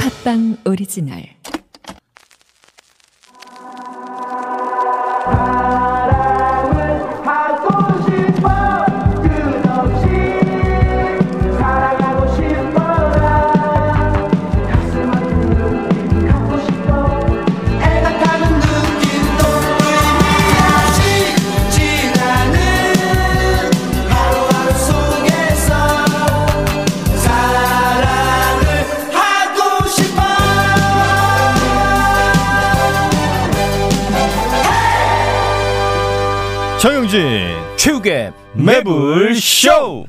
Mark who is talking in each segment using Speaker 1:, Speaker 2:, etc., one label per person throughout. Speaker 1: 팟빵 오리지널
Speaker 2: 갖고 싶어 끝없이 사랑하고 싶어라 가슴 아픈 눈빛 갖고 싶어 애틋하는 눈빛도 의미없이 지나는 하루하루 속에서 사랑을 하고 싶어
Speaker 3: 정영진
Speaker 4: 최욱의
Speaker 3: 매불 쇼.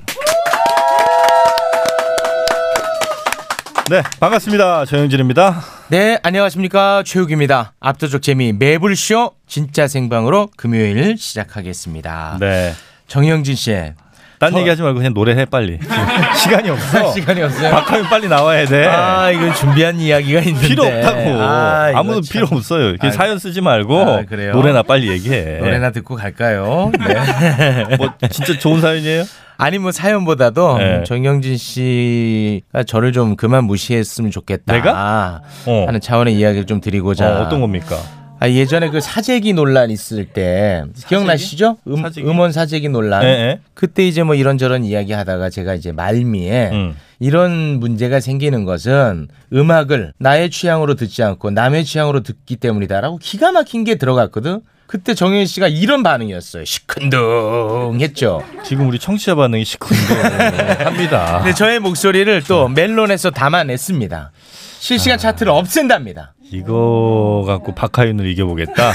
Speaker 3: 네 반갑습니다 정영진입니다.
Speaker 4: 네 안녕하십니까 최욱입니다 압도적 재미 매불쇼 진짜 생방으로 금요일 시작하겠습니다
Speaker 3: 네.
Speaker 4: 정영진 씨의
Speaker 3: 딴
Speaker 4: 저-
Speaker 3: 얘기하지 말고 그냥 노래해 빨리. 지금 시간이 없어.
Speaker 4: 시간이 없어요
Speaker 3: 박하면 빨리 나와야 돼.
Speaker 4: 아 이건 준비한 이야기가 있는데
Speaker 3: 필요 없다고.
Speaker 4: 이거
Speaker 3: 아, 무도
Speaker 4: 참.
Speaker 3: 필요 없어요. 이렇게
Speaker 4: 아,
Speaker 3: 사연 쓰지 말고
Speaker 4: 아, 그래요?
Speaker 3: 노래나 빨리 얘기해.
Speaker 4: 노래나 듣고 갈까요 네.
Speaker 3: 뭐 진짜 좋은 사연이에요?
Speaker 4: 아니 뭐 사연보다도
Speaker 3: 네.
Speaker 4: 정영진 씨가 저를 좀 그만 무시했으면 좋겠다
Speaker 3: 내가? 어.
Speaker 4: 하는 차원의 이야기를 좀 드리고자
Speaker 3: 어, 어떤 겁니까?
Speaker 4: 아, 예전에 그 사재기 논란 있을 때 기억나시죠? 음,
Speaker 3: 사재기?
Speaker 4: 원 사재기 논란.
Speaker 3: 예, 예.
Speaker 4: 그때 이제 뭐 이런저런 이야기 하다가 제가 이제 말미에
Speaker 3: 음.
Speaker 4: 이런 문제가 생기는 것은 음악을 나의 취향으로 듣지 않고 남의 취향으로 듣기 때문이다라고 기가 막힌 게 들어갔거든. 그때 정현 씨가 이런 반응이었어요. 시큰둥했죠.
Speaker 3: 지금 우리 청취자 반응이 시큰둥합니다.
Speaker 4: 근데 저의 목소리를 또 멜론에서 담아냈습니다. 실시간 차트를 없앤답니다.
Speaker 3: 아. 이거 갖고 박하윤을
Speaker 4: 아.
Speaker 3: 이겨보겠다.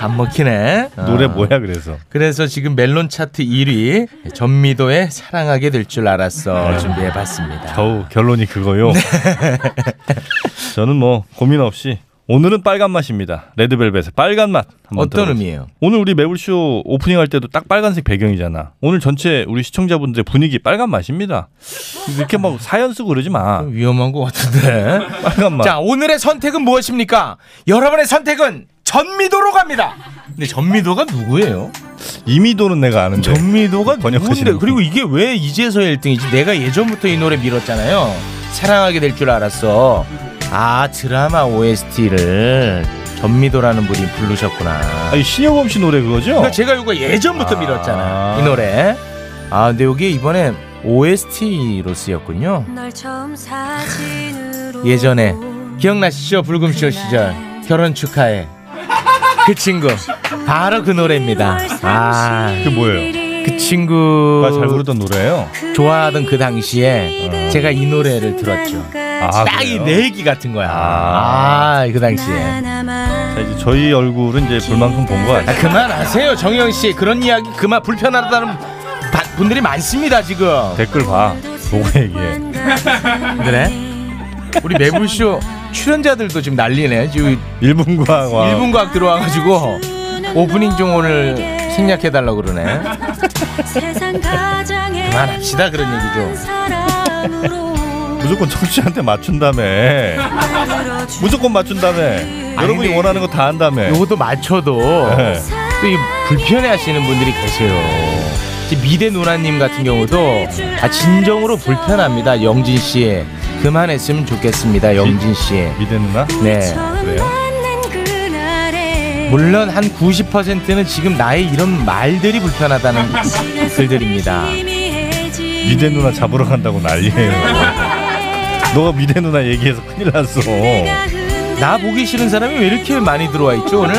Speaker 4: 안 먹히네. 아.
Speaker 3: 노래 뭐야 그래서?
Speaker 4: 그래서 지금 멜론 차트 1위 전미도의 사랑하게 될 줄
Speaker 3: 네.
Speaker 4: 알았어 준비해봤습니다.
Speaker 3: 겨우 결론이
Speaker 4: 네.
Speaker 3: 그거요. 저는 뭐 고민 없이 오늘은 빨간 맛입니다. 레드벨벳의 빨간 맛. 한번
Speaker 4: 어떤
Speaker 3: 들어보세요.
Speaker 4: 의미예요?
Speaker 3: 오늘 우리 매불쇼 오프닝 할 때도 딱 빨간색 배경이잖아. 오늘 전체 우리 시청자분들의 분위기 빨간 맛입니다. 이렇게 막 사연 쓰고 그러지 마.
Speaker 4: 위험한 것 같은데.
Speaker 3: 빨간 맛.
Speaker 4: 음. 자 오늘의 선택은 무엇입니까? 여러분의 선택은 전미도로 갑니다. 근데 전미도가 누구예요?
Speaker 3: 이미도는 내가 아는데.
Speaker 4: 전미도가
Speaker 3: 네. 번역하시는
Speaker 4: 누군데? 그리고 이게 왜 이제서 1등이지? 내가 예전부터 이 노래 밀었잖아요. 사랑하게 될 줄 알았어. 아 드라마 OST를 전미도라는 분이 부르셨구나.
Speaker 3: 아니 신여범 씨 노래 그거죠?
Speaker 4: 그러니까 제가 이거 예전부터
Speaker 3: 아.
Speaker 4: 밀었잖아 이 노래 아 근데 여기 이번에 OST로 쓰였군요 예전에
Speaker 5: 예전에
Speaker 4: 기억나시죠 불금쇼 시절 결혼 축하해 그 친구 바로 그 노래입니다 아그
Speaker 3: 그 뭐예요?
Speaker 4: 친구
Speaker 3: 나 아, 잘 부르던 노래예요.
Speaker 4: 좋아하던 그 당시에 제가 이 노래를 들었죠
Speaker 3: 아,
Speaker 4: 딱 이 네.
Speaker 3: 그래요?
Speaker 4: 내 얘기 같은 거야
Speaker 3: 아.
Speaker 4: 아그 당시에
Speaker 3: 자, 이제 저희 얼굴은 이제 볼만큼 본 거
Speaker 4: 아,
Speaker 3: 같아요.
Speaker 4: 그만하세요 정영씨 그런 이야기 그만 불편하다는 바- 분들이 많습니다 지금
Speaker 3: 댓글 봐. 보고 얘기해.
Speaker 4: 음. 그래? 우리 매불쇼 출연자들도 지금 난리네. 지금
Speaker 3: 일본과 와.
Speaker 4: 일본 과학 들어와가지고 오프닝 중 오늘 생략해달라고 그러네. 그만합시다 그런 얘기 좀.
Speaker 3: 무조건 청취한테 맞춘다며. 무조건 맞춘다며. 여러분이
Speaker 4: 근데
Speaker 3: 원하는 거 다 한다며.
Speaker 4: 네. 요것도 맞춰도
Speaker 3: 네.
Speaker 4: 또 이 불편해하시는 분들이 계세요. 이제 미대 누나님 같은 경우도 아 진정으로 불편합니다. 영진 씨 그만했으면 좋겠습니다. 영진 씨.
Speaker 3: 미대 누나?
Speaker 4: 네.
Speaker 3: 그래요?
Speaker 4: 물론 한 90%는 지금 나의 이런 말들이 불편하다는 글들입니다.
Speaker 3: 미대 누나 잡으러 간다고 난리예요. 너가 미대 누나 얘기해서 큰일 났어.
Speaker 4: 나 보기 싫은 사람이 왜 이렇게 많이 들어와 있죠 오늘?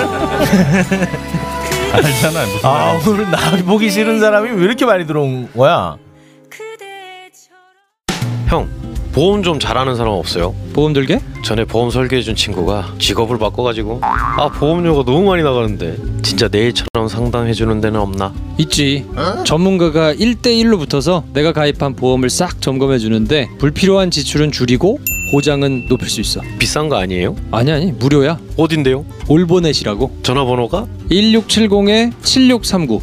Speaker 3: 알잖아. 무슨
Speaker 4: 아 오늘 나 보기 싫은 사람이 왜 이렇게 많이 들어온 거야?
Speaker 6: 형 보험 좀 잘하는 사람 없어요?
Speaker 7: 보험 들게?
Speaker 6: 전에 보험 설계해준 친구가 직업을 바꿔가지고 아 보험료가 너무 많이 나가는데 진짜 내일처럼 상담해주는 데는 없나?
Speaker 7: 있지.
Speaker 4: 어?
Speaker 7: 전문가가 1대1로 붙어서 내가 가입한 보험을 싹 점검해 주는데 불필요한 지출은 줄이고 보장은 높일 수 있어.
Speaker 6: 비싼 거 아니에요?
Speaker 7: 아니 아니 무료야.
Speaker 6: 어딘데요?
Speaker 7: 올보넷이라고.
Speaker 6: 전화번호가
Speaker 7: 1670-7639.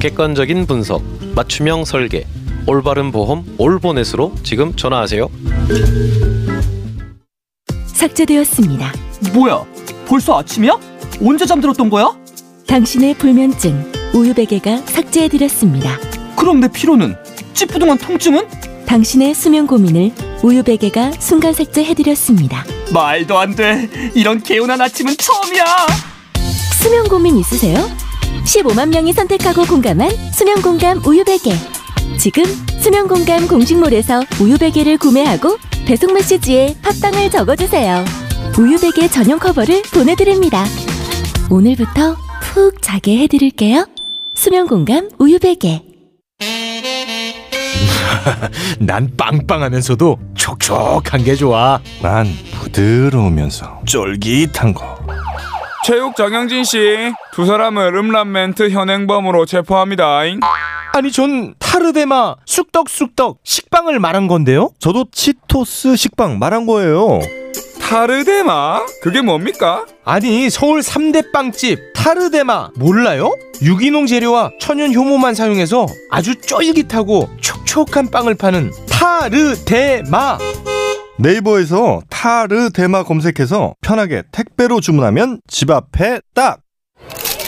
Speaker 6: 객관적인 분석 맞춤형 설계 올바른 보험 올보넷으로 지금 전화하세요
Speaker 1: 삭제되었습니다.
Speaker 8: 뭐야? 벌써 아침이야? 언제 잠들었던 거야?
Speaker 1: 당신의 불면증 우유베개가 삭제해드렸습니다.
Speaker 8: 그럼 내 피로는? 찌뿌둥한 통증은?
Speaker 1: 당신의 수면 고민을 우유 베개가 순간 삭제해드렸습니다.
Speaker 8: 말도 안 돼. 이런 개운한 아침은 처음이야.
Speaker 1: 수면 고민 있으세요? 15만 명이 선택하고 공감한 수면 공감 우유 베개. 지금 수면 공감 공식몰에서 우유 베개를 구매하고 배송 메시지에 팟빵을 적어주세요. 우유 베개 전용 커버를 보내드립니다. 오늘부터 푹 자게 해드릴게요. 수면 공감 우유 베개.
Speaker 4: 난 빵빵하면서도 촉촉한 게 좋아.
Speaker 3: 난 부드러우면서 쫄깃한 거.
Speaker 5: 체육 정영진 씨, 두 사람을 음란멘트 현행범으로 체포합니다.
Speaker 4: 아니 전 타르데마 쑥떡쑥떡 식빵을 말한 건데요.
Speaker 3: 저도 치토스 식빵 말한 거예요.
Speaker 5: 타르데마? 그게 뭡니까?
Speaker 4: 아니 서울 3대 빵집 타르데마 몰라요? 유기농 재료와 천연 효모만 사용해서 아주 쫄깃하고 촉촉한 빵을 파는 타르데마
Speaker 3: 네이버에서 타르 데마 검색해서 편하게 택배로 주문하면 집 앞에 딱.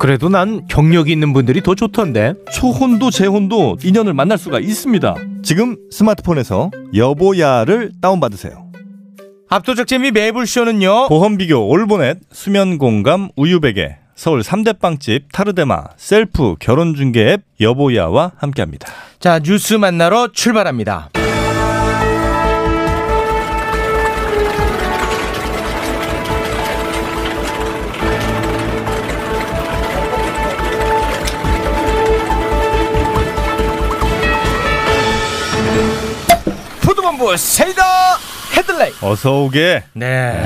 Speaker 4: 그래도 난 경력이 있는 분들이 더 좋던데
Speaker 3: 초혼도 재혼도 인연을 만날 수가 있습니다. 지금 스마트폰에서 여보야를 다운받으세요.
Speaker 4: 압도적 재미 매불쇼는요
Speaker 3: 보험 비교 올보넷 수면 공감 우유베개 서울 3대 빵집 타르데마 셀프 결혼 중개 앱 여보야와 함께합니다.
Speaker 4: 자 뉴스 만나러 출발합니다 포도본부 세이더 헤드라이
Speaker 3: 어서 오게.
Speaker 4: 네.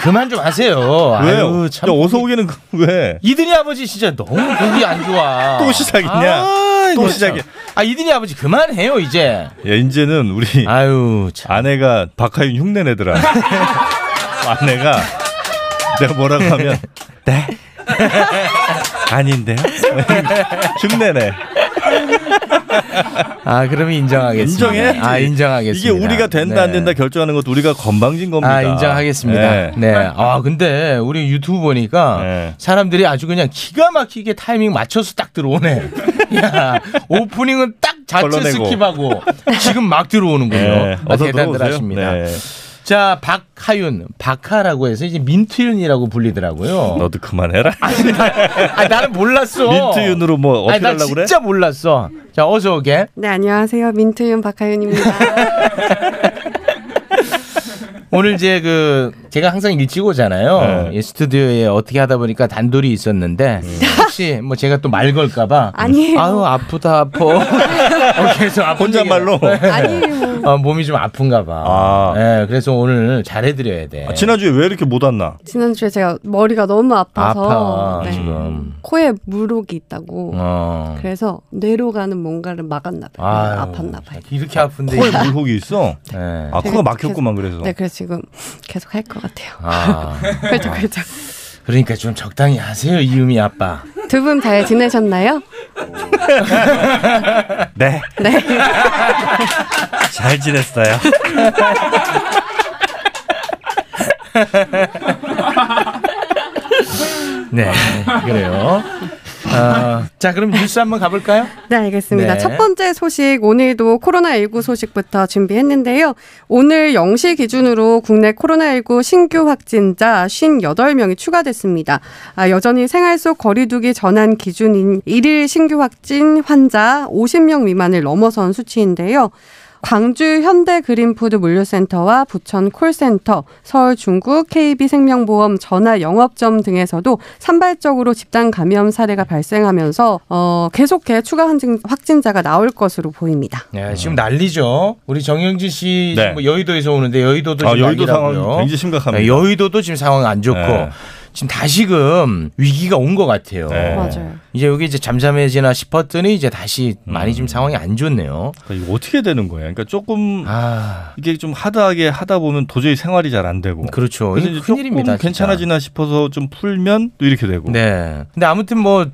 Speaker 4: 그만 좀 하세요.
Speaker 3: 왜요?
Speaker 4: 아유, 참.
Speaker 3: 야, 어서 오기는 그- 왜?
Speaker 4: 이든이 아버지 진짜 너무 보기 안 좋아.
Speaker 3: 또 시작이냐?
Speaker 4: 아,
Speaker 3: 또
Speaker 4: 이거 참.
Speaker 3: 시작이야.
Speaker 4: 아, 이든이 아버지 그만해요, 이제.
Speaker 3: 야, 이제는 우리
Speaker 4: 아유, 참.
Speaker 3: 아내가 박하윤 흉내 내더라. 아내가 내가 뭐라고 하면 네 아닌데요? 흉내내.
Speaker 4: 아, 그러면 인정하겠습니다.
Speaker 3: 인정해?
Speaker 4: 아, 인정하겠습니다.
Speaker 3: 이게 우리가 된다
Speaker 4: 네.
Speaker 3: 안 된다 결정하는 것도 우리가 건방진 겁니다.
Speaker 4: 아, 인정하겠습니다. 네.
Speaker 3: 네.
Speaker 4: 아, 근데 우리 유튜브 보니까
Speaker 3: 네.
Speaker 4: 사람들이 아주 그냥 기가 막히게 타이밍 맞춰서 딱 들어오네. 야, 오프닝은 딱 자체
Speaker 3: 걸러내고.
Speaker 4: 스킵하고 지금 막 들어오는군요.
Speaker 3: 네,
Speaker 4: 아,
Speaker 3: 어서
Speaker 4: 대단들
Speaker 3: 들어오세요.
Speaker 4: 하십니다.
Speaker 3: 네.
Speaker 4: 자, 박하윤, 박하라고 해서 이제 민트윤이라고 불리더라고요.
Speaker 3: 너도 그만해라.
Speaker 4: 아, 나는 몰랐어.
Speaker 3: 민트윤으로 뭐 어떻게
Speaker 4: 아니, 나
Speaker 3: 하려고 그래?
Speaker 4: 진짜 몰랐어. 자, 어서 오게.
Speaker 9: 네, 안녕하세요. 민트윤 박하윤입니다.
Speaker 4: 오늘 이제 그 제가 항상 일찍 오잖아요.
Speaker 3: 네.
Speaker 4: 이 스튜디오에 어떻게 하다 보니까 단돌이 있었는데
Speaker 3: 음.
Speaker 4: 혹시 뭐 제가 또 말 걸까봐
Speaker 9: 아니에요.
Speaker 4: 아유 아프다 아파. 어, 계속 아픈
Speaker 3: 혼잣말로.
Speaker 4: 얘기가-
Speaker 9: 아니에요.
Speaker 4: 어, 몸이 좀 아픈가봐. 예,
Speaker 3: 아.
Speaker 4: 그래서 오늘 잘해드려야 돼.
Speaker 3: 아, 지난주에 왜 이렇게 못 왔나?
Speaker 9: 지난주에 제가 머리가 너무 아파서
Speaker 4: 아파
Speaker 9: 네,
Speaker 4: 지금.
Speaker 9: 코에 물혹이 있다고.
Speaker 4: 어.
Speaker 9: 그래서 뇌로 가는 뭔가를 막았나 봐요.
Speaker 4: 아유,
Speaker 9: 아팠나 봐요.
Speaker 4: 이렇게 아픈데.
Speaker 3: 코에 물혹이 있어.
Speaker 4: 네.
Speaker 3: 아 코가 막혔구만 그래서.
Speaker 9: 네, 그래서 지금 계속 할 것 같아요.
Speaker 4: 아.
Speaker 9: 펄쩍펄쩍.
Speaker 4: 그러니까 좀 적당히 하세요 이유미 아빠.
Speaker 9: 두 분 잘 지내셨나요?
Speaker 3: 네.
Speaker 9: 네.
Speaker 3: 잘 지냈어요.
Speaker 4: 네 그래요. 어, 자 그럼 뉴스 한번 가볼까요?
Speaker 9: 네, 알겠습니다.
Speaker 4: 네.
Speaker 9: 첫 번째 소식, 오늘도 코로나19 소식부터 준비했는데요. 오늘 0시 기준으로 국내 코로나19 신규 확진자 58명이 추가됐습니다. 아, 여전히 생활 속 거리두기 전환 기준인 1일 신규 확진 환자 50명 미만을 넘어선 수치인데요. 광주 현대 그린푸드 물류센터와 부천 콜센터, 서울 중구 KB 생명보험 전화 영업점 등에서도 산발적으로 집단 감염 사례가 발생하면서 어, 계속해 추가 환진- 확진자가 나올 것으로 보입니다.
Speaker 4: 네, 지금 난리죠. 우리 정영진 씨
Speaker 3: 음. 네.
Speaker 4: 뭐 여의도에서 오는데 여의도도
Speaker 3: 아,
Speaker 4: 지금
Speaker 3: 여의도 상황
Speaker 4: 난리라고요.
Speaker 3: 굉장히 심각합니다.
Speaker 4: 네, 여의도도 지금 상황 안 좋고
Speaker 3: 네.
Speaker 4: 지금 다시금 위기가 온 것 같아요.
Speaker 3: 네.
Speaker 9: 맞아요.
Speaker 4: 이제 여기 이제 잠잠해지나 싶었더니 이제 다시 많이
Speaker 3: 음.
Speaker 4: 지금 상황이 안 좋네요.
Speaker 3: 이거 어떻게 되는 거예요? 그러니까 조금
Speaker 4: 아,
Speaker 3: 이게 좀 하다하게 하다 보면 도저히 생활이 잘 안 되고.
Speaker 4: 그렇죠.
Speaker 3: 그래서
Speaker 4: 이게
Speaker 3: 이제
Speaker 4: 큰일입니다.
Speaker 3: 조금
Speaker 4: 진짜.
Speaker 3: 괜찮아지나 싶어서 좀 풀면 또 이렇게 되고.
Speaker 4: 네. 근데 아무튼 뭐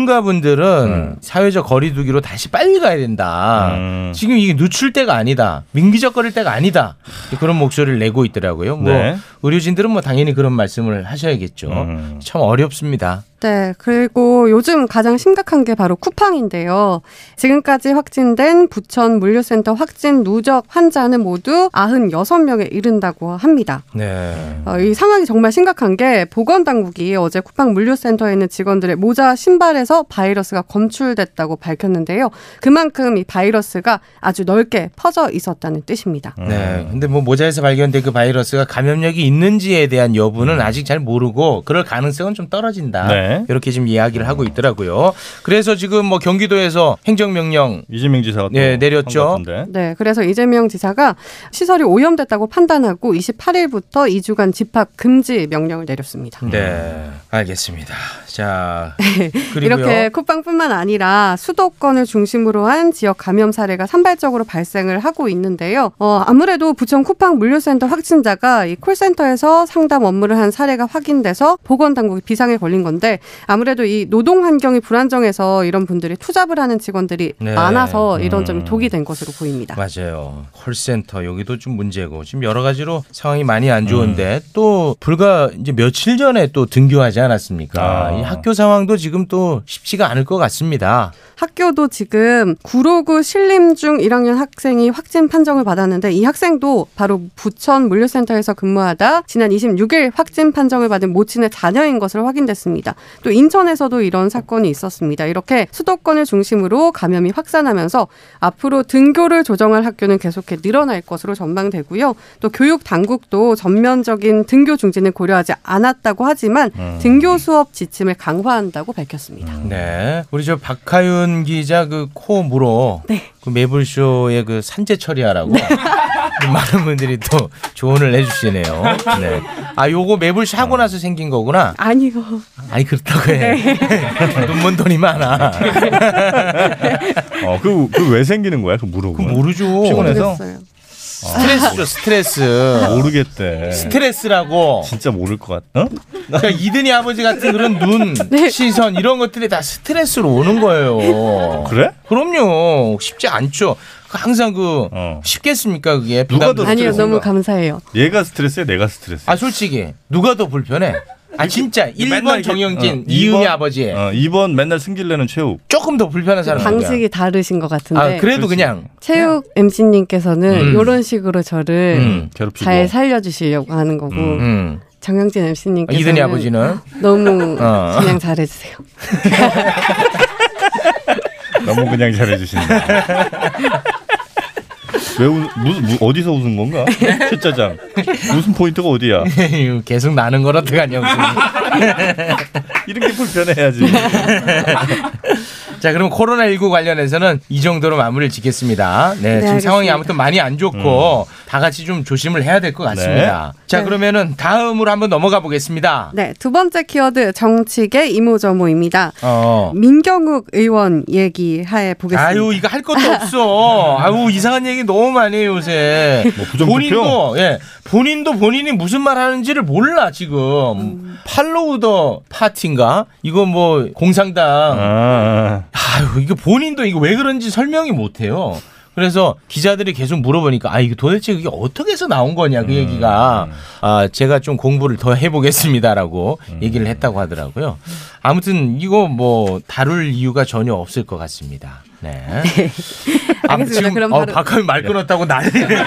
Speaker 4: 전문가분들은
Speaker 3: 음.
Speaker 4: 사회적 거리두기로 다시 빨리 가야 된다.
Speaker 3: 음.
Speaker 4: 지금 이게 늦출 때가 아니다. 민기적거릴 때가 아니다. 그런 목소리를 내고 있더라고요. 뭐
Speaker 3: 네.
Speaker 4: 의료진들은 뭐 당연히 그런 말씀을 하셔야겠죠.
Speaker 3: 음.
Speaker 4: 참 어렵습니다.
Speaker 9: 네, 그리고 요즘 가장 심각한 게 바로 쿠팡인데요. 지금까지 확진된 부천 물류센터 확진 누적 환자는 모두 96명에 이른다고 합니다.
Speaker 4: 네.
Speaker 9: 어, 이 상황이 정말 심각한 게 보건당국이 어제 쿠팡 물류센터에 있는 직원들의 모자 신발에서 바이러스가 검출됐다고 밝혔는데요. 그만큼 이 바이러스가 아주 넓게 퍼져 있었다는 뜻입니다.
Speaker 3: 음.
Speaker 4: 네. 근데 뭐 모자에서 발견된 그 바이러스가 감염력이 있는지에 대한 여부는 아직 잘 모르고 그럴 가능성은 좀 떨어진다.
Speaker 3: 음. 네.
Speaker 4: 이렇게 지금 이야기를 하고 있더라고요. 그래서 지금 뭐 경기도에서 행정명령
Speaker 3: 이재명 지사가 또
Speaker 4: 네,
Speaker 3: 한
Speaker 4: 내렸죠.
Speaker 3: 것 같은데.
Speaker 9: 네, 그래서 이재명 지사가 시설이 오염됐다고 판단하고 28일부터 2주간 집합 금지 명령을 내렸습니다.
Speaker 4: 네,
Speaker 3: 음.
Speaker 4: 알겠습니다. 자, 그리고요.
Speaker 9: 이렇게 쿠팡뿐만 아니라 수도권을 중심으로 한 지역 감염 사례가 산발적으로 발생을 하고 있는데요. 어, 아무래도 부천 쿠팡 물류센터 확진자가 이 콜센터에서 상담 업무를 한 사례가 확인돼서 보건당국이 비상에 걸린 건데 아무래도 이 노동 환경이 불안정해서 이런 분들이 투잡을 하는 직원들이
Speaker 4: 네.
Speaker 9: 많아서 이런 점이 독이 된 것으로 보입니다.
Speaker 4: 맞아요. 콜센터 여기도 좀 문제고 지금 여러 가지로 상황이 많이 안 좋은데 또 불과 이제 며칠 전에 또 등교하지 않았습니까?
Speaker 3: 아.
Speaker 4: 이 학교 상황도 지금 또 쉽지가 않을 것 같습니다.
Speaker 9: 학교도 지금 구로구 신림중 1학년 학생이 확진 판정을 받았는데 이 학생도 바로 부천 물류센터에서 근무하다 지난 26일 확진 판정을 받은 모친의 자녀인 것으로 확인됐습니다. 또 인천에서도 이런 사건이 있었습니다. 이렇게 수도권을 중심으로 감염이 확산하면서 앞으로 등교를 조정할 학교는 계속해 늘어날 것으로 전망되고요. 또 교육 당국도 전면적인 등교 중지는 고려하지 않았다고 하지만 등교 수업 지침을 강화한다고 밝혔습니다.
Speaker 4: 네, 우리 저 박하윤 기자 그 코 물어 그 매불쇼의 그 산재 처리하라고. 많은 분들이 또 조언을 해주시네요. 네. 아, 요거 매불쇼 하고 나서 생긴 거구나.
Speaker 9: 아니요.
Speaker 4: 아니 그렇다고 해. 눈먼 돈이 많아.
Speaker 3: 어, 그, 그 왜 생기는 거야? 그 무릎은.
Speaker 4: 그 모르죠.
Speaker 3: 피곤해서?
Speaker 9: 모르겠어요.
Speaker 4: 스트레스죠 네. 스트레스.
Speaker 3: 모르겠대.
Speaker 4: 스트레스라고.
Speaker 3: 진짜 모를 것 같. 어?
Speaker 4: 그러니까 이든이 아버지 같은 그런 눈,
Speaker 9: 네.
Speaker 4: 시선 이런 것들이 다 스트레스로 오는 거예요.
Speaker 3: 그래?
Speaker 4: 그럼요. 쉽지 않죠. 항상 그
Speaker 3: 어.
Speaker 4: 쉽겠습니까 그게?
Speaker 3: 누가 더
Speaker 4: 부담-
Speaker 9: 아니요,
Speaker 3: 스트레스인가?
Speaker 9: 너무 감사해요.
Speaker 3: 얘가 스트레스야, 내가 스트레스.
Speaker 4: 아 솔직히 누가 더 불편해? 아 진짜 1번 정영진,
Speaker 3: 어, 이
Speaker 4: 이은이 아버지
Speaker 3: 어, 2번 맨날 승질내는 최욱.
Speaker 4: 조금 더 불편한 사람 누구야?
Speaker 9: 방식이 다르신 것 같은데
Speaker 4: 아
Speaker 3: 그렇지.
Speaker 4: 그래도 그냥
Speaker 9: 체육 MC님께서는
Speaker 4: 음.
Speaker 9: 이런 식으로 저를
Speaker 4: 음,
Speaker 3: 괴롭히고.
Speaker 9: 잘 살려주시려고 하는 거고
Speaker 4: 음.
Speaker 9: 정영진 MC님께서는
Speaker 4: 이든이 아버지는
Speaker 9: 너무
Speaker 4: 어.
Speaker 9: 그냥 잘해주세요.
Speaker 3: 너무 그냥 잘해주신다. 왜 웃, 무슨, 무, 어디서 웃은 건가? 최짜장. 무슨 포인트가 어디야?
Speaker 4: 계속 나는 거라 어떡하냐 무슨.
Speaker 3: 이렇게 불편해야지.
Speaker 4: 자, 그럼 코로나19 관련해서는 이 정도로 마무리를 짓겠습니다. 네, 지금
Speaker 9: 알겠습니다.
Speaker 4: 상황이 아무튼 많이 안
Speaker 3: 음.
Speaker 4: 좋고 다 같이 좀 조심을 해야 될 것 같습니다. 자,
Speaker 9: 네.
Speaker 4: 그러면은 다음으로 한번 넘어가 보겠습니다.
Speaker 9: 네, 두 번째 키워드 정치계 이모저모입니다.
Speaker 4: 어.
Speaker 9: 민경욱 의원 얘기 하에 보겠습니다.
Speaker 4: 아유, 이거 할 것도 없어. 아유, 이상한 얘기 너무 많이 해요, 요새.
Speaker 3: 뭐 부정
Speaker 4: 본인도, 예. 본인도 본인이 무슨 말 하는지를 몰라, 지금.
Speaker 9: 음.
Speaker 4: 팔로우 더 파티인가? 이거 뭐, 공상당.
Speaker 3: 아,
Speaker 4: 아유, 이거 본인도 이거 왜 그런지 설명이 못 해요. 그래서 기자들이 계속 물어보니까 아 이거 도대체 이게 어떻게 해서 나온 거냐
Speaker 9: 음.
Speaker 4: 그 얘기가 아 제가 좀 공부를 더 해보겠습니다라고
Speaker 9: 음.
Speaker 4: 얘기를 했다고 하더라고요. 아무튼 이거 뭐 다룰 이유가 전혀 없을 것 같습니다. 네. 아,
Speaker 9: 알겠습니다.
Speaker 4: 지금
Speaker 9: 그럼
Speaker 4: 어,
Speaker 9: 바로-
Speaker 4: 박하민 말 끊었다고 난리네요.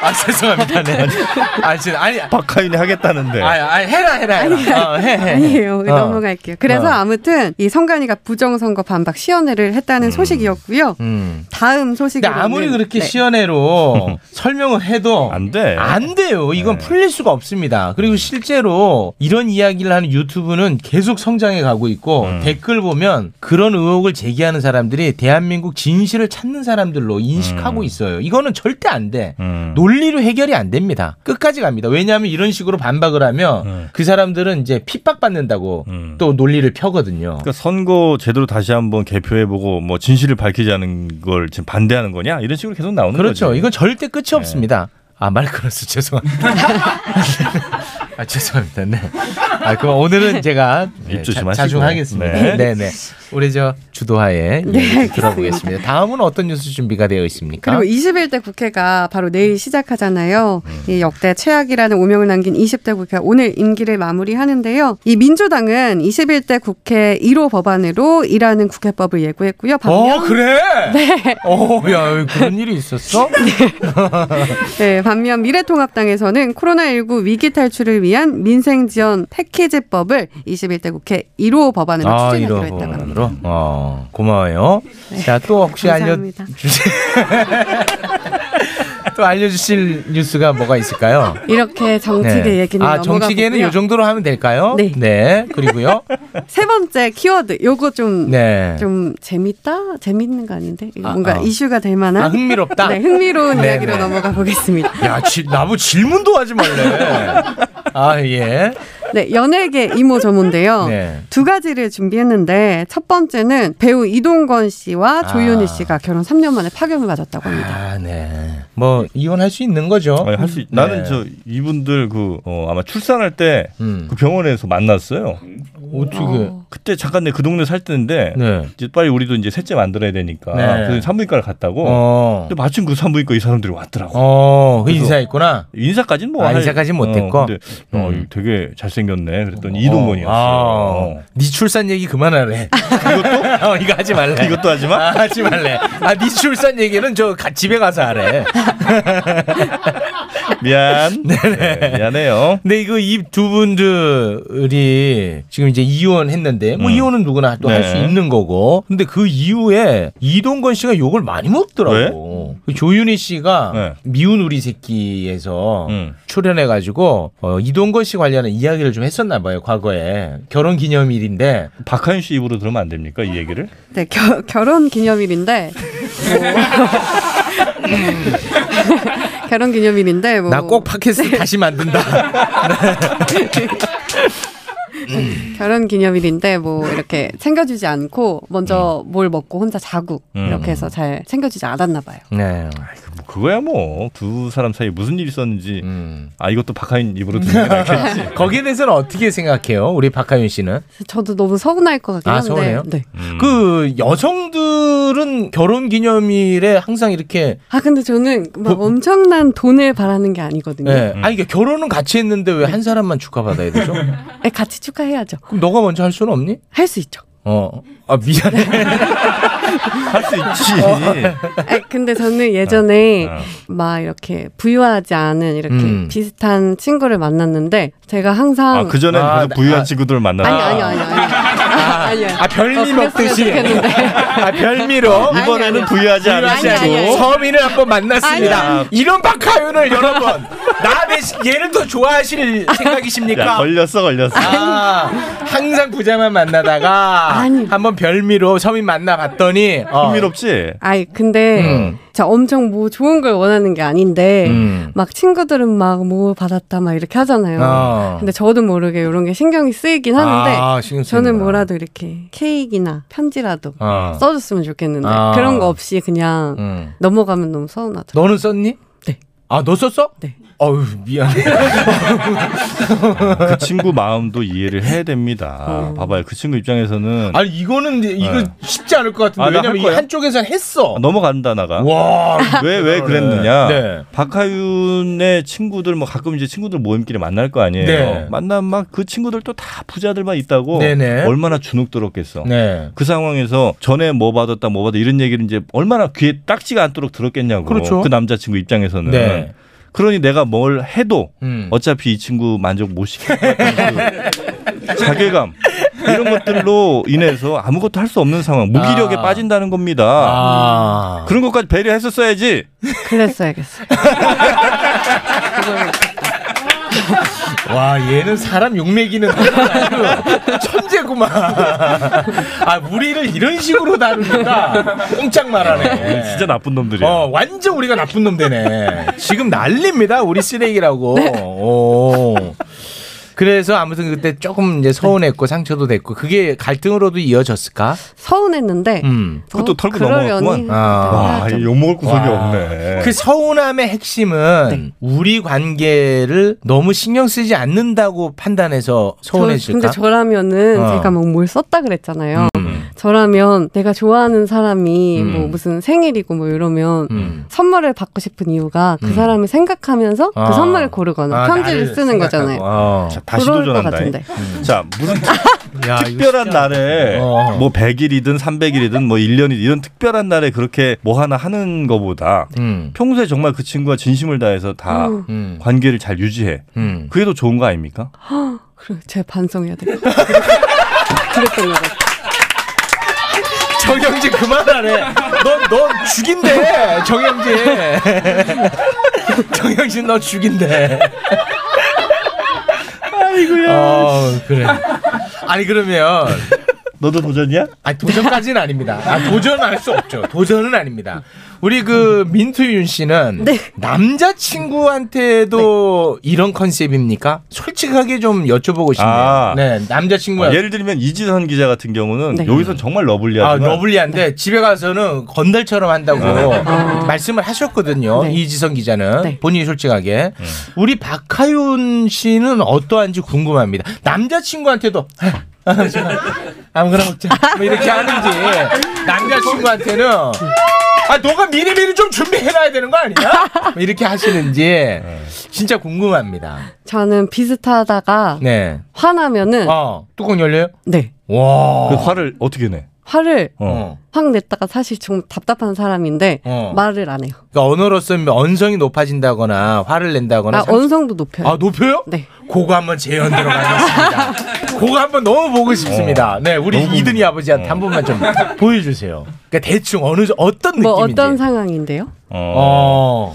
Speaker 4: 아 죄송합니다. 네. 아 진짜 아니
Speaker 9: 네.
Speaker 4: 아,
Speaker 3: 박하윤이 하겠다는데.
Speaker 4: 아 해라 해라 해라. 어, 해, 해.
Speaker 9: 아니에요.
Speaker 4: 어.
Speaker 9: 넘어갈게요. 그래서
Speaker 4: 어.
Speaker 9: 아무튼 이 성관이가 부정선거 반박 시연회를 했다는 소식이었고요.
Speaker 4: 음.
Speaker 9: 다음 소식이
Speaker 4: 근데
Speaker 9: 네.
Speaker 4: 아무리 그렇게
Speaker 9: 음.
Speaker 4: 시연회로 설명을 해도
Speaker 3: 안 돼.
Speaker 4: 안 돼요. 이건 풀릴 수가 없습니다. 그리고 실제로 이런 이야기를 하는 유튜브는 계속 성장해 가고 있고 댓글 보면 그런 의혹을 제기하는 사람들이 대한민국 진실을 찾는 사람들로 인식하고 있어요. 이거는 절대 안 돼.
Speaker 3: 음.
Speaker 4: 논 논리로 해결이 안 됩니다. 끝까지 갑니다. 왜냐하면 이런 식으로 반박을 하면 그 사람들은 이제 핍박받는다고 또 논리를 펴거든요.
Speaker 3: 그러니까 선거 제대로 다시 한번 개표해보고 뭐 진실을 밝히자는 걸 지금 반대하는 거냐 이런 식으로 계속 나오는 네.
Speaker 4: 그렇죠.
Speaker 3: 거죠.
Speaker 4: 이건 절대 끝이 없습니다. 아, 말 걸었어. 죄송합니다. 아, 죄송합니다. 네. 아, 그럼 오늘은 제가
Speaker 3: 입
Speaker 4: 네,
Speaker 3: 조심하시고요.
Speaker 4: 자, 자중하겠습니다.
Speaker 3: 네.
Speaker 4: 네. 네, 우리 저
Speaker 9: 네,
Speaker 4: 주도하에 예, 들어보겠습니다. 다음은 어떤 뉴스 준비가 되어 있습니까?
Speaker 9: 그리고 21대 국회가 바로
Speaker 4: 음.
Speaker 9: 내일 시작하잖아요. 이 역대 최악이라는 오명을 남긴 20대 국회가 오늘 임기를 마무리하는데요. 이 민주당은 21대 국회 1호 법안으로 일하는 국회법을 예고했고요.
Speaker 4: 어,
Speaker 9: 반면,
Speaker 4: 그래? 네. 어, 야, 그런 일이 있었어?
Speaker 9: 네, 반면 미래통합당에서는 코로나19 위기 탈출을 위한 민생 지원 패키지법을 21대 국회 1호 법안으로 추진하기로
Speaker 4: 아, 이런
Speaker 9: 했다고 합니다. 네.
Speaker 4: 거로? 어, 고마워요. 자, 또 혹시 알려
Speaker 9: 감사합니다.
Speaker 4: 또 알려주실 뉴스가 뭐가 있을까요?
Speaker 9: 이렇게 정치계 얘기는
Speaker 4: 아,
Speaker 9: 넘어가
Speaker 4: 정치계는
Speaker 9: 보고요.
Speaker 4: 요 정도로 하면 될까요?
Speaker 9: 네.
Speaker 4: 그리고요.
Speaker 9: 세 번째 키워드 요거 좀
Speaker 4: 네.
Speaker 9: 좀 재밌다? 재밌는 거 아닌데? 이거 뭔가
Speaker 4: 아.
Speaker 9: 이슈가 될 만한
Speaker 4: 아, 흥미롭다.
Speaker 9: 네, 흥미로운
Speaker 4: 네,
Speaker 9: 이야기로
Speaker 4: 네.
Speaker 9: 넘어가 보겠습니다.
Speaker 4: 야, 지, 나보 질문도 하지 말래. 아, 예.
Speaker 9: 네, 연예계 이모 저모인데요.
Speaker 4: 네.
Speaker 9: 두 가지를 준비했는데 첫 번째는 배우 이동건 씨와 조윤희
Speaker 4: 아.
Speaker 9: 씨가 결혼 3년 만에 파경을 맞았다고 합니다.
Speaker 4: 아, 네. 뭐 이혼할 수 있는 거죠.
Speaker 3: 아, 할수
Speaker 4: 네.
Speaker 3: 나는 저 이분들 그 어, 아마 출산할 때 그
Speaker 4: 음.
Speaker 3: 병원에서 만났어요.
Speaker 4: 어떻게?
Speaker 3: 그때 잠깐 내 그 동네 살 때인데
Speaker 4: 네.
Speaker 3: 이제 빨리 우리도 이제 셋째 만들어야 되니까
Speaker 4: 네.
Speaker 3: 그래서 산부인과를 갔다고.
Speaker 4: 어.
Speaker 3: 근데 마침 그 산부인과 이 사람들이 왔더라고.
Speaker 4: 어, 그
Speaker 3: 그래서-
Speaker 4: 인사했구나.
Speaker 3: 인사까지는 뭐
Speaker 4: 아,
Speaker 3: 할-
Speaker 4: 인사까지는 못했고?
Speaker 3: 어, 근데 어,
Speaker 4: 음.
Speaker 3: 되게 잘생겼네. 그랬더니
Speaker 4: 어.
Speaker 3: 이동건이었어.
Speaker 4: 아, 네 출산 얘기 그만하래. 이것도? 어, 이거 하지 말래.
Speaker 3: 이것도 하지 마.
Speaker 4: 아, 하지 말래. 아, 네 출산 얘기는 저 가- 집에 가서 하래.
Speaker 3: 미안. 네, 미안해요.
Speaker 4: 근데 이거 이 두 분들이 지금 이제 이혼했는데 뭐
Speaker 3: 음.
Speaker 4: 이혼은 누구나 또 할 수
Speaker 3: 네.
Speaker 4: 있는 거고. 근데 그 이후에 이동건 씨가 욕을 많이 먹더라고. 그 조윤희 씨가
Speaker 3: 네.
Speaker 4: 미운 우리 새끼에서
Speaker 3: 음.
Speaker 4: 출연해가지고 어, 이동건 씨 관련한 이야기를 좀 했었나 봐요. 과거에 결혼 기념일인데
Speaker 3: 박하윤 씨 입으로 들으면 안 됩니까 이 얘기를?
Speaker 9: 네, 겨- 결혼 기념일인데 뭐- 결혼 기념일인데 뭐
Speaker 4: 음. 나 꼭 팟캐스트 다시 만든다.
Speaker 9: 결혼 기념일인데 뭐 이렇게 챙겨주지 않고 먼저
Speaker 4: 음.
Speaker 9: 뭘 먹고 혼자 자고 이렇게 해서 잘 챙겨주지 않았나 봐요.
Speaker 4: 네.
Speaker 3: 뭐 그거야 뭐 두 사람 사이에 무슨 일이 있었는지.
Speaker 4: 음.
Speaker 3: 아 이것도 박하윤 입으로 들으면 알겠지.
Speaker 4: 거기에 대해서는 어떻게 생각해요, 우리 박하윤 씨는?
Speaker 9: 저도 너무 서운할 것 같긴
Speaker 4: 아,
Speaker 9: 한데.
Speaker 4: 서운해요?
Speaker 9: 네.
Speaker 3: 음.
Speaker 4: 그 여성들은 결혼 기념일에 항상 이렇게
Speaker 9: 아 근데 저는 막 엄청난 돈을 바라는 게 아니거든요.
Speaker 4: 예.
Speaker 3: 음.
Speaker 4: 아니 이게 결혼은 같이 했는데 왜 한 사람만 축하받아야 되죠? 그럼
Speaker 9: 네, 같이 축하해야죠.
Speaker 4: 너가 먼저 할 수는 없니?
Speaker 9: 할 수 있죠.
Speaker 4: 어. 아 미안해.
Speaker 3: 할 수 있지.
Speaker 4: 어.
Speaker 9: 아, 근데 저는 예전에
Speaker 3: 어.
Speaker 9: 막 이렇게 부유하지 않은 이렇게
Speaker 4: 음.
Speaker 9: 비슷한 친구를 만났는데 제가 항상
Speaker 3: 아 그 전에
Speaker 4: 아,
Speaker 3: 계속
Speaker 4: 나-
Speaker 3: 부유한
Speaker 4: 아.
Speaker 3: 친구들을 만났다.
Speaker 9: 아니 아니 아니 아니. 아니.
Speaker 4: 아 별미
Speaker 9: 어,
Speaker 4: 먹듯이.
Speaker 9: 그랬으면 좋겠는데.
Speaker 4: 아 별미로
Speaker 9: 아니,
Speaker 3: 이번에는
Speaker 9: 아니.
Speaker 3: 부유하지 않은
Speaker 9: 아니,
Speaker 3: 친구.
Speaker 9: 아니, 아니.
Speaker 4: 서민을 한번 만났습니다.
Speaker 3: 아니, 아니.
Speaker 4: 이런 박하윤을 여러분 나 대신 얘를 더 좋아하실
Speaker 9: 그러니까
Speaker 3: 야,
Speaker 4: 생각이십니까?
Speaker 3: 걸렸어 걸렸어.
Speaker 4: 아, 항상 부자만 만나다가
Speaker 9: 아니.
Speaker 4: 한번 별미로 서민 만나봤더니 어.
Speaker 3: 흥미롭지.
Speaker 9: 아니 근데
Speaker 4: 음.
Speaker 9: 자 엄청 뭐 좋은 걸 원하는 게 아닌데
Speaker 4: 음.
Speaker 9: 막 친구들은 막 뭐 받았다 막 이렇게 하잖아요.
Speaker 4: 어.
Speaker 9: 근데 저도 모르게 이런 게 신경이 쓰이긴 하는데
Speaker 4: 아, 신경 쓰이는구나.
Speaker 9: 저는 뭐라도 이렇게 케이크나 편지라도
Speaker 4: 어.
Speaker 9: 써줬으면 좋겠는데
Speaker 4: 아.
Speaker 9: 그런 거 없이 그냥
Speaker 4: 음.
Speaker 9: 넘어가면 너무 서운하더라고요.
Speaker 4: 너는 썼니?
Speaker 9: 네.
Speaker 4: 아, 너 썼어?
Speaker 9: 네.
Speaker 4: 어유 미안해.
Speaker 3: 그 친구 마음도 이해를 해야
Speaker 4: 어.
Speaker 3: 됩니다. 봐봐요. 그 친구 입장에서는
Speaker 4: 아니, 이거는 이제 이거
Speaker 3: 네.
Speaker 4: 쉽지 않을 것 같은데.
Speaker 3: 아, 나할
Speaker 4: 왜냐면 이
Speaker 3: 거야?
Speaker 4: 한쪽에선 했어.
Speaker 3: 아, 넘어간다 나가.
Speaker 4: 와.
Speaker 3: 왜 왜 그랬느냐?
Speaker 4: 네.
Speaker 3: 박하윤의 친구들 뭐 가끔 이제 친구들 모임끼리 만날 거 아니에요.
Speaker 4: 네.
Speaker 3: 만나면 막 그 친구들 또 다 부자들만 있다고
Speaker 4: 네네.
Speaker 3: 얼마나 주눅들었겠어.
Speaker 4: 네.
Speaker 3: 그 상황에서 전에 뭐 받았다 뭐 받았다 이런 얘기를 이제 얼마나 귀에 딱지가 않도록 들었겠냐고.
Speaker 4: 그렇죠.
Speaker 3: 그 남자친구 입장에서는.
Speaker 4: 네.
Speaker 3: 그러니 내가 뭘 해도
Speaker 4: 음.
Speaker 3: 어차피 이 친구 만족 못 시킬 것 같은 그 자괴감 이런 것들로 인해서 아무것도 할 수 없는 상황 무기력에
Speaker 4: 아.
Speaker 3: 빠진다는 겁니다.
Speaker 4: 아. 네.
Speaker 3: 그런 것까지 배려했었어야지.
Speaker 9: 그랬어야겠어요.
Speaker 4: 와 얘는 사람 욕먹이는 천재구만. 아 우리를 이런 식으로 다루니까 꼼짝 말하네.
Speaker 3: 진짜 나쁜 놈들이야.
Speaker 4: 어 완전 우리가 나쁜 놈 되네. 지금 난립니다 우리 쓰레기라고.
Speaker 9: 네.
Speaker 4: 오. 그래서 아무튼 그때 조금 이제 서운했고 상처도 됐고 그게 갈등으로도 이어졌을까?
Speaker 9: 서운했는데 어,
Speaker 4: 음.
Speaker 3: 그것도 털고
Speaker 9: 그러려니
Speaker 3: 넘어갔구만.
Speaker 4: 아.
Speaker 3: 와,
Speaker 9: 대단하죠.
Speaker 3: 이 욕먹을 구석이
Speaker 4: 와.
Speaker 3: 없네.
Speaker 4: 그 서운함의 핵심은
Speaker 9: 네.
Speaker 4: 우리 관계를 너무 신경 쓰지 않는다고 판단해서
Speaker 9: 저-
Speaker 4: 서운해질까?
Speaker 9: 근데 저라면은
Speaker 4: 어.
Speaker 9: 제가 막 뭘 썼다 그랬잖아요.
Speaker 4: 음,
Speaker 9: 저라면 내가 좋아하는 사람이
Speaker 4: 음.
Speaker 9: 뭐 무슨 생일이고 뭐 이러면
Speaker 4: 음.
Speaker 9: 선물을 받고 싶은 이유가 그
Speaker 4: 음.
Speaker 9: 사람을 생각하면서
Speaker 4: 아.
Speaker 9: 그 선물을 고르거나
Speaker 4: 아,
Speaker 9: 편지를
Speaker 4: 나를
Speaker 9: 쓰는
Speaker 4: 생각하고.
Speaker 9: 거잖아요.
Speaker 4: 어.
Speaker 3: 자, 다시
Speaker 9: 그럴 것
Speaker 3: 도전한다. 음.
Speaker 9: 같은데.
Speaker 3: 자, 무슨
Speaker 4: 야, 아,
Speaker 3: 특별한
Speaker 4: 이거 쉽지 않다.
Speaker 3: 날에
Speaker 4: 어.
Speaker 3: 뭐 100일이든 300일이든 뭐 1년이든 이런 특별한 날에 그렇게 뭐 하나 하는 거보다
Speaker 4: 음.
Speaker 3: 평소에 정말 그 친구가 진심을 다해서 다
Speaker 9: 음.
Speaker 4: 음.
Speaker 3: 관계를 잘 유지해.
Speaker 4: 음.
Speaker 3: 그게 더 좋은 거 아닙니까?
Speaker 9: 그래, 제가 반성해야 될 것 같아요. 그랬던 것 같아요.
Speaker 4: 정영진 그만하래. 넌넌 죽인데 정영진. 정영진 너 죽인데. 아이고야. 어, 그래. 아니 그러면
Speaker 3: 너도 도전이야?
Speaker 4: 아니 도전까지는 아닙니다. 아, 도전은 할 수 없죠. 도전은 아닙니다. 우리 그 민투윤 씨는
Speaker 9: 네.
Speaker 4: 남자친구한테도 이런 컨셉입니까? 솔직하게 좀 여쭤보고 싶네요.
Speaker 3: 아.
Speaker 4: 네, 남자친구야.
Speaker 3: 예를 들면 이지선 기자 같은 경우는
Speaker 9: 네.
Speaker 3: 여기서 정말
Speaker 4: 아,
Speaker 3: 러블리하지만 네.
Speaker 4: 러블리한데 집에 가서는 건달처럼 한다고 말씀을 하셨거든요.
Speaker 9: 아. 네.
Speaker 4: 이지선 기자는
Speaker 9: 네.
Speaker 4: 본인이 솔직하게 우리 박하윤 씨는 어떠한지 궁금합니다. 남자친구한테도 아, 아무거나 먹자 뭐 이렇게 하는지 남자친구한테는 아 너가 미리미리 좀 준비해놔야 되는 거 아니야? 뭐 이렇게 하시는지
Speaker 3: 네.
Speaker 4: 진짜 궁금합니다.
Speaker 9: 저는 비슷하다가
Speaker 4: 네.
Speaker 9: 화나면은
Speaker 4: 어 뚜껑 열려요?
Speaker 9: 네
Speaker 4: 와.
Speaker 3: 그 화를 어떻게 내?
Speaker 9: 화를
Speaker 3: 어.
Speaker 4: 어.
Speaker 9: 확 냈다가 사실 좀 답답한 사람인데
Speaker 4: 어.
Speaker 9: 말을 안 해요.
Speaker 4: 그러니까 언어로서 언성이 높아진다거나 화를 낸다거나
Speaker 9: 아
Speaker 4: 상-
Speaker 9: 언성도 높여요.
Speaker 4: 아 높여요?
Speaker 9: 네.
Speaker 4: 그거 한번 재현 들어가겠습니다. 그거 한번 너무 보고 싶습니다. 네, 우리
Speaker 3: 어. 너무
Speaker 4: 이든이 아버지한테
Speaker 3: 어.
Speaker 4: 한 번만 좀 보여주세요. 그러니까 대충 어느 어떤
Speaker 9: 뭐
Speaker 4: 느낌인지.
Speaker 9: 어떤 상황인데요?
Speaker 3: 어.
Speaker 4: 어,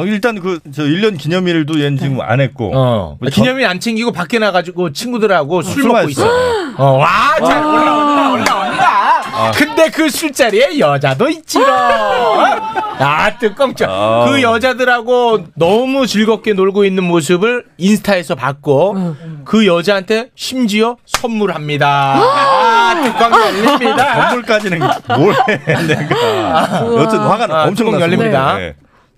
Speaker 3: 어, 일단 그 저 1년 기념일도 얘는 지금 안 했고.
Speaker 4: 어.
Speaker 3: 우리
Speaker 4: 기념일 안 챙기고 밖에 나가지고 친구들하고 술 먹고
Speaker 3: 마셨어.
Speaker 4: 있어. 어, 와, 잘 올라온다, 올라온다.
Speaker 3: 아.
Speaker 4: 근데 그 술자리에 여자도 있지롱. 아, 뜨껑쩍.
Speaker 3: 아.
Speaker 4: 그 여자들하고 너무 즐겁게 놀고 있는 모습을 인스타에서 봤고, 그 여자한테 심지어 선물합니다. 아, 뚜껑 열립니다.
Speaker 3: 건물까지는 뭘 해, 내가. 여튼 화가 나-
Speaker 4: 아,
Speaker 3: 엄청
Speaker 4: 뚜껑
Speaker 3: 났습니다.
Speaker 4: 열립니다.
Speaker 3: 네.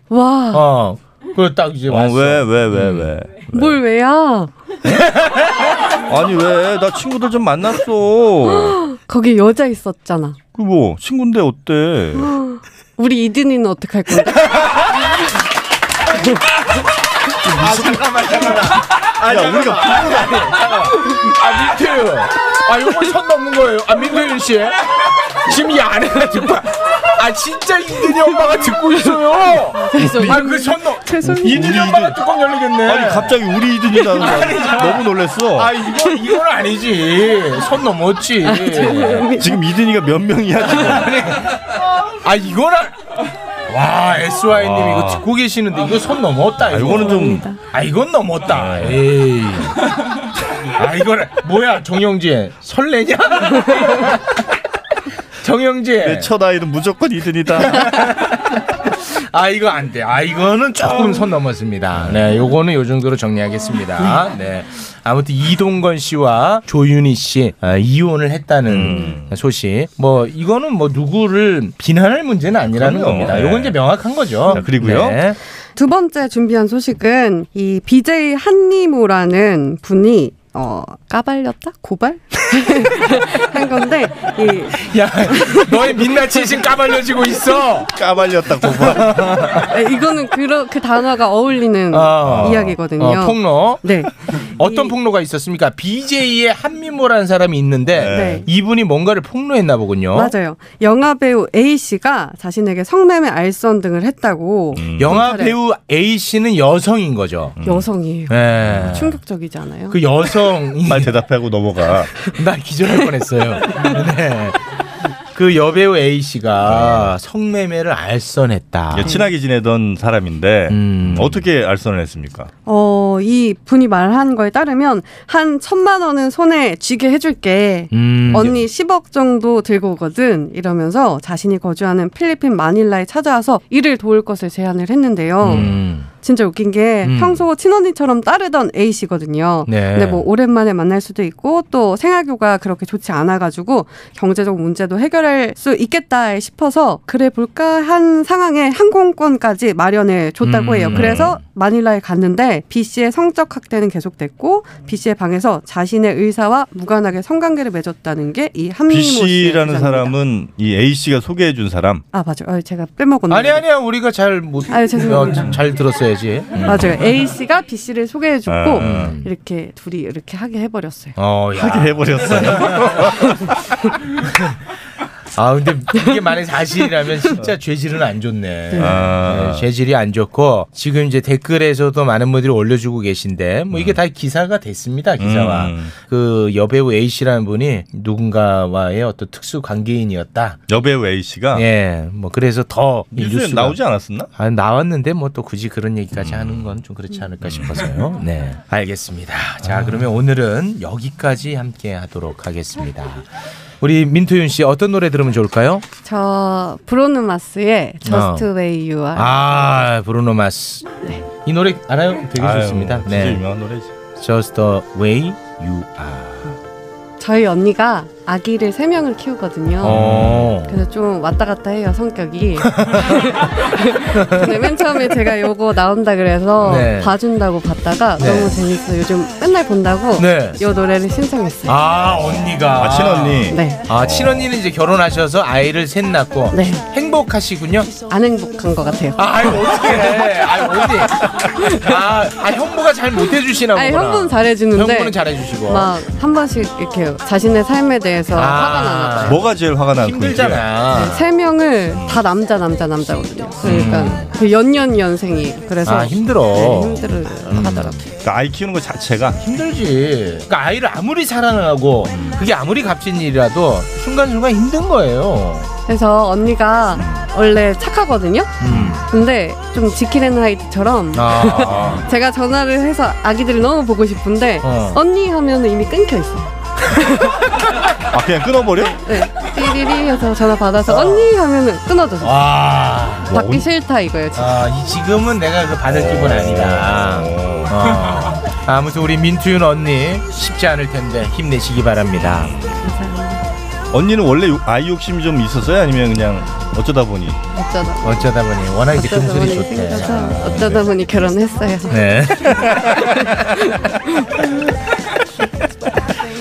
Speaker 9: 와,
Speaker 4: 어, 그거 딱 이제
Speaker 3: 어,
Speaker 4: 왔어. 음.
Speaker 3: 왜, 왜, 왜, 왜.
Speaker 4: 네.
Speaker 9: 뭘 왜야?
Speaker 3: 아니, 왜? 나 친구들 좀 만났어.
Speaker 9: 거기 여자 있었잖아.
Speaker 3: 그 뭐, 친구인데 어때?
Speaker 9: 우리 이든이는 어떡할 건데?
Speaker 4: 아, 잠깐만, 잠깐만.
Speaker 3: 아, 야, 우리가
Speaker 4: 아 민트 아 요거 선 넘는 거예요 아 민트 씨 지금 이 아내가 듣고 아 진짜 이든이 엄마가 듣고 있어요 아그선넘 이든이 엄마가 뚜껑 열리겠네
Speaker 3: 아니, 갑자기 우리 이든이 나는 거야. 너무 놀랬어.
Speaker 4: 아 이거 이건 아니지 선 넘었지
Speaker 3: 지금 이든이가 몇 명이야, 지금?
Speaker 4: 아 이건 아... 와 SY님 이거 듣고 계시는데 이거 선 넘었다
Speaker 3: 아,
Speaker 4: 이거
Speaker 3: 이거는 좀. 예.
Speaker 4: 아 이건 넘었다. 에이. 아 이거는 뭐야 정영진 설레냐? 정영진. 네.
Speaker 3: 내 첫 아이는 무조건 이든이다.
Speaker 4: 아 이거 안 돼. 아 이거는 조금 선 넘었습니다. 네, 요거는 요 정도로 정리하겠습니다. 네. 아무튼 이동건 씨와 조윤희 씨 아, 이혼을 했다는
Speaker 3: 음.
Speaker 4: 소식. 뭐 이거는 뭐 누구를 비난할 문제는 아니라는
Speaker 3: 그럼요.
Speaker 4: 겁니다.
Speaker 3: 네.
Speaker 4: 요건 이제 명확한 거죠.
Speaker 3: 자, 그리고요.
Speaker 4: 네.
Speaker 9: 두 번째 준비한 소식은 이 BJ 한니모라는 분이 어 까발렸다 고발 한 건데 이
Speaker 4: 야, 너의 민낯이 지금 까발려지고 있어.
Speaker 3: 까발렸다, 고발.
Speaker 9: 아, 이거는 그러, 그 단어가 어울리는
Speaker 4: 아.
Speaker 9: 이야기거든요.
Speaker 4: 어, 폭로.
Speaker 9: 네.
Speaker 4: 어떤
Speaker 9: 이-
Speaker 4: 폭로가 있었습니까? BJ의 한미모라는 사람이 있는데
Speaker 9: 네.
Speaker 4: 이분이 뭔가를 폭로했나 보군요.
Speaker 9: 맞아요. 영화 배우 A 씨가 자신에게 성매매 알선 등을 했다고
Speaker 3: 음.
Speaker 4: 영화
Speaker 9: 잘해.
Speaker 4: 배우 A 씨는 여성인 거죠.
Speaker 9: 여성이에요.
Speaker 4: 예.
Speaker 9: 충격적이지 않아요?
Speaker 4: 그 여성
Speaker 3: 말 대답하고 넘어가.
Speaker 4: 나 기절할 뻔했어요. 네. 그 여배우 A 씨가
Speaker 3: 네.
Speaker 4: 성매매를 알선했다.
Speaker 3: 예, 친하게 지내던 사람인데
Speaker 4: 아, 음.
Speaker 3: 어떻게 알선을 했습니까?
Speaker 9: 어, 이 분이 말한 거에 따르면 한 천만 원은 손에 쥐게 해줄게.
Speaker 4: 음.
Speaker 9: 언니 10억 정도 들고 오거든 이러면서 자신이 거주하는 필리핀 마닐라에 찾아와서 일을 도울 것을 제안을 했는데요.
Speaker 4: 음.
Speaker 9: 진짜 웃긴 게
Speaker 4: 음.
Speaker 9: 평소 친언니처럼 따르던 A 씨거든요.
Speaker 4: 네.
Speaker 9: 근데 뭐 오랜만에 만날 수도 있고 또 생활교가 그렇게 좋지 않아가지고 경제적 문제도 해결할 수 있겠다 싶어서 그래 볼까 한 상황에 항공권까지 마련해 줬다고
Speaker 4: 음.
Speaker 9: 해요. 그래서 마닐라에 갔는데 B 씨의 성적 학대는 계속됐고 B 씨의 방에서 자신의 의사와 무관하게 성관계를 맺었다는 게 이 한미모
Speaker 3: B
Speaker 9: 씨의
Speaker 3: 씨라는
Speaker 9: 주장입니다.
Speaker 3: 사람은 이 A 씨가 소개해준 사람.
Speaker 9: 아 맞아요. 어, 제가 빼먹었네요.
Speaker 4: 아니 아니야 우리가 잘못
Speaker 9: 아유, 죄송합니다.
Speaker 4: 어, 잘 들었어야지. 음.
Speaker 9: 맞아요. A 씨가 B 씨를 소개해줬고
Speaker 3: 아,
Speaker 9: 이렇게 둘이 이렇게 하게 해버렸어요.
Speaker 4: 어, 야.
Speaker 3: 하게 해버렸어요.
Speaker 4: 아 근데 이게 만약 에 사실이라면 진짜 죄질은 안 좋네.
Speaker 3: 아.
Speaker 4: 네, 죄질이 안 좋고 지금 이제 댓글에서도 많은 분들이 올려주고 계신데 뭐 이게 다 기사가 됐습니다 기사와
Speaker 3: 음.
Speaker 4: 그 여배우 A 씨라는 분이 누군가와의 어떤 특수 관계인이었다.
Speaker 3: 여배우 A 씨가
Speaker 4: 예, 뭐 그래서 더
Speaker 3: 뉴스에
Speaker 4: 뉴스
Speaker 3: 나오지 않았었나?
Speaker 4: 아, 나왔는데 뭐 또 굳이 그런 얘기까지
Speaker 3: 음.
Speaker 4: 하는 건 좀 그렇지 않을까 싶어서요. 네, 알겠습니다.
Speaker 3: 아.
Speaker 4: 자, 그러면 오늘은 여기까지 함께 하도록 하겠습니다. 우리 민토윤 씨 어떤 노래 들으면 좋을까요?
Speaker 9: 저 브로누마스의 Just Way You Are.
Speaker 4: 어. 아, 브루노 마스.
Speaker 9: 네.
Speaker 4: 이 노래 알아요? 되게
Speaker 3: 아유,
Speaker 4: 좋습니다.
Speaker 3: 진짜
Speaker 4: 네.
Speaker 3: 유명한 노래지.
Speaker 4: Just the way you are.
Speaker 9: 저희 언니가 아기를 세 명을 키우거든요.
Speaker 4: 어.
Speaker 9: 그래서 좀 왔다 갔다 해요 성격이. 근데 맨 처음에 제가 요거 나온다 그래서
Speaker 4: 네.
Speaker 9: 봐준다고 봤다가
Speaker 4: 네.
Speaker 9: 너무 재밌어 요즘 맨날 본다고
Speaker 4: 네.
Speaker 9: 요 노래를 신청했어요.
Speaker 4: 아, 언니가.
Speaker 3: 아 친언니.
Speaker 9: 네,
Speaker 4: 아, 친언니는 이제 결혼하셔서 아이를 셋 낳고
Speaker 9: 네.
Speaker 4: 행복하시군요.
Speaker 9: 안 행복한 것 같아요.
Speaker 4: 아, 아이 어떻게 해? 아, 어디? 아, 아 형부가 잘 못해 주시나 보구나.
Speaker 9: 아니 형분 잘해주는데
Speaker 4: 형부는 잘해 주시고.
Speaker 9: 막 한 번씩 이렇게 자신의 삶에 대해서
Speaker 4: 아.
Speaker 9: 화가 나나 봐요. 네,
Speaker 3: 뭐가 제일 화가 나는
Speaker 4: 힘들잖아.
Speaker 9: 세 명을 다 남자 남자 남자거든요. 그러니까 그 연년 연생이 그래서
Speaker 4: 음. 아, 힘들어. 음.
Speaker 9: 네, 힘들어 하더라고요.
Speaker 3: 그러니까 아이 키우는 거 자체가
Speaker 4: 힘들지. 그러니까 아이를 아무리 사랑을 하고 그게 아무리 값진 일이라도 순간순간 힘든 거예요.
Speaker 9: 그래서 언니가 원래 착하거든요.
Speaker 4: 음.
Speaker 9: 근데 좀 지키는 하이트처럼
Speaker 4: 아.
Speaker 9: 제가 전화를 해서 아기들을 너무 보고 싶은데
Speaker 4: 어.
Speaker 9: 언니 하면 이미 끊겨 있어. 요
Speaker 3: 아 그냥 끊어버려?
Speaker 9: 네, 띠리리 해서 전화 받아서 언니 하면은
Speaker 4: 아,
Speaker 9: 끊어져서
Speaker 4: 와.
Speaker 9: 받기 싫다 이거예요. 지금.
Speaker 4: 아, 이 지금은 내가 그 받을 기분 아니다. 어. 아무튼 우리 민투윤 언니 쉽지 않을 텐데 힘내시기 바랍니다.
Speaker 3: 언니는 원래 욕- 아이 욕심이 좀 있었어요? 아니면 그냥 어쩌다 보니?
Speaker 4: 아.
Speaker 9: 어쩌다
Speaker 4: 어쩌다 보니 워낙 이제
Speaker 9: 어쩌다
Speaker 4: 금술이
Speaker 9: 보니
Speaker 4: 좋대. 아,
Speaker 9: 생겨서 어쩌다 보니 결혼했어요.
Speaker 4: 네.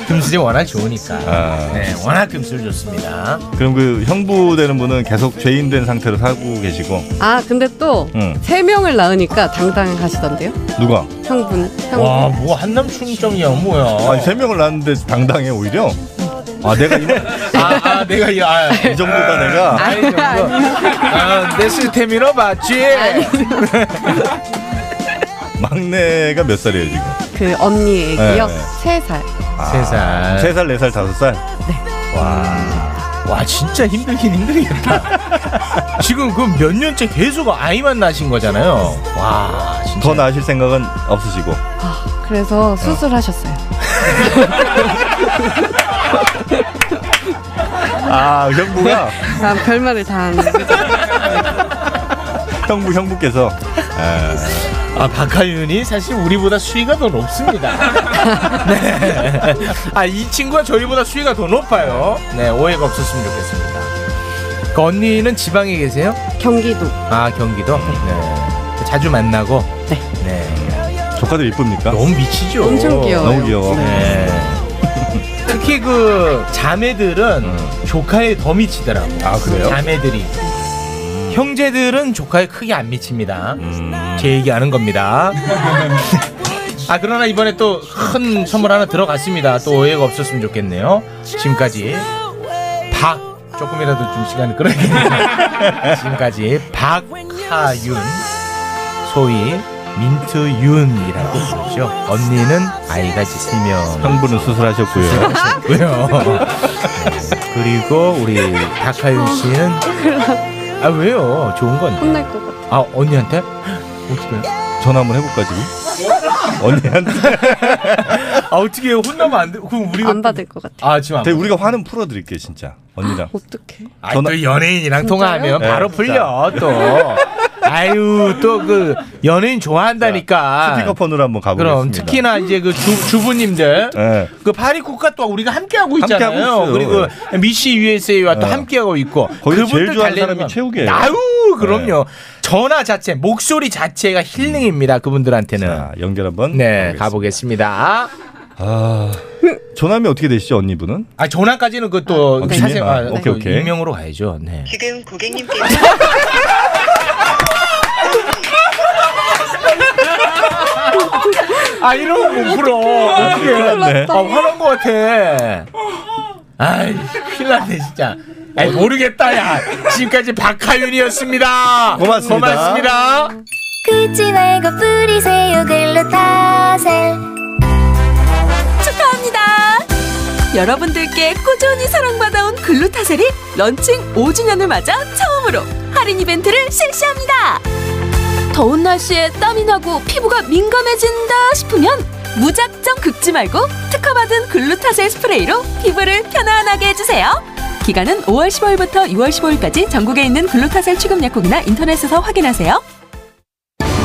Speaker 4: 금술이 워낙 좋으니까.
Speaker 3: 아.
Speaker 4: 네, 워낙 금술 좋습니다.
Speaker 3: 그럼 그 형부 되는 분은 계속 죄인 된 상태로 살고 계시고
Speaker 9: 아 근데 또
Speaker 3: 응.
Speaker 9: 세 명을 낳으니까 당당하시던데요.
Speaker 3: 누가?
Speaker 9: 형분
Speaker 4: 와,
Speaker 9: 형분
Speaker 4: 뭐 한남 충정이야, 뭐야.
Speaker 3: 아니 세 명을 낳았는데 당당해 오히려. 아 내가 이,
Speaker 4: 아, 아, 내가 이 아,
Speaker 3: 이 정도다 내가.
Speaker 4: 아이 정도. 아, 내 시스템이로 맞지.
Speaker 3: 막내가 몇 살이에요 지금?
Speaker 9: 그 언니 애기요
Speaker 3: 네, 네.
Speaker 9: 세 살.
Speaker 4: 아, 세 살.
Speaker 3: 세 살, 네 살, 다섯 살.
Speaker 4: 와, 진짜 힘들긴 힘들겠다. 지금 그 몇 년째 계속 아이만 낳으신 거잖아요. 와, 진짜.
Speaker 3: 더 나으실 생각은 없으시고.
Speaker 9: 그래서 수술하셨어요.
Speaker 3: 아 형부가
Speaker 9: 아, 별말을 다 하는데.
Speaker 3: 형부 형부께서
Speaker 4: 아, 박하윤이 사실 우리보다 수위가 더 높습니다. 네. 아, 이 친구가 저희보다 수위가 더 높아요. 네, 오해가 없었으면 좋겠습니다. 그 언니는 지방에 계세요?
Speaker 9: 경기도.
Speaker 4: 아, 경기도? 네. 자주 만나고?
Speaker 9: 네.
Speaker 4: 네.
Speaker 3: 조카들 이쁩니까?
Speaker 4: 너무 미치죠?
Speaker 9: 엄청 귀여워요.
Speaker 3: 너무 귀여워.
Speaker 4: 네. 특히 그 자매들은 조카에 더 미치더라고.
Speaker 3: 음. 아, 그래요? 음.
Speaker 4: 자매들이. 형제들은 조카에 크게 안 미칩니다. 제 얘기하는 겁니다. 아 그러나 이번에 또 큰 선물 하나 들어갔습니다. 또 오해가 없었으면 좋겠네요. 지금까지 박 조금이라도 좀 시간을 끌어야겠네요. 지금까지 박하윤 소위 민트윤이라고 부르죠. 언니는 아이가 있으면
Speaker 3: 형부는 수술하셨고요.
Speaker 4: 왜요? 그리고 우리 박하윤 씨는 아 왜요? 좋은 건데.
Speaker 9: 혼날 것 같아.
Speaker 4: 아 언니한테 어떻게?
Speaker 3: 전화 한번 해볼까 지금? 언니한테
Speaker 4: 아 어떻게 해요? 혼나면 안 돼? 그럼 우리가
Speaker 9: 안 받을 것 같아.
Speaker 4: 아 지금 안
Speaker 3: 되게 우리가 화는 풀어드릴게요 진짜 언니랑
Speaker 9: 어떡해.
Speaker 4: 아, 또 연예인이랑 통화하면
Speaker 3: 네,
Speaker 4: 바로
Speaker 3: 진짜.
Speaker 4: 풀려 또. 아유 또 그 연예인 좋아한다니까.
Speaker 3: 스피커폰으로 한번 가보겠습니다.
Speaker 4: 그럼 특히나 이제 그 주, 주부님들
Speaker 3: 예.
Speaker 4: 그 파리 국가도 우리가 함께하고
Speaker 3: 함께하고
Speaker 4: 있잖아요.
Speaker 3: 있어요.
Speaker 4: 그리고 미시 USA와 또
Speaker 3: 네.
Speaker 4: 함께하고 있고
Speaker 3: 거기 제일 좋아하는
Speaker 4: 달래는
Speaker 3: 사람이
Speaker 4: 건-
Speaker 3: 최욱이에요.
Speaker 4: 아유 그럼요. 전화 자체 목소리 자체가 힐링입니다. 그분들한테는.
Speaker 3: 자 연결 한번
Speaker 4: 네
Speaker 3: 가보겠습니다.
Speaker 4: 가보겠습니다.
Speaker 3: 아 조남이 어떻게 되시죠 언니분은?
Speaker 4: 아 전화까지는 그또
Speaker 3: 아,
Speaker 4: 사실
Speaker 3: 비밀? 아,
Speaker 4: 아,
Speaker 3: 오케이,
Speaker 4: 그
Speaker 3: 오케이.
Speaker 4: 익명으로 가야죠. 네.
Speaker 10: 지금 고객님께서
Speaker 4: 아 이러면 못 풀어. 어떡해.
Speaker 3: 네.
Speaker 4: 아 화난 것 같아. 아이 큰일 났네 진짜. 아이 모르겠다 야. 지금까지 박하윤이었습니다.
Speaker 3: 고맙습니다.
Speaker 4: 고맙습니다.
Speaker 1: 긁지 말고 뿌리세요 글루타셀 축하합니다 여러분들께 꾸준히 사랑받아온 글루타셀이 런칭 5주년을 맞아 처음으로 할인 이벤트를 실시합니다 더운 날씨에 땀이 나고 피부가 민감해진다 싶으면 무작정 긁지 말고 특허받은 글루타셀 스프레이로 피부를 편안하게 해주세요 기간은 5월 15일부터 6월 15일까지 전국에 있는 글루타셀 취급약국이나 인터넷에서 확인하세요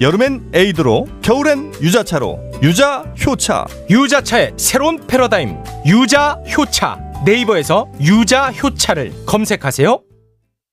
Speaker 3: 여름엔 에이드로, 겨울엔 유자차로. 유자 효차.
Speaker 4: 유자차의 새로운 패러다임 유자 효차 네이버에서 유자 효차를 검색하세요.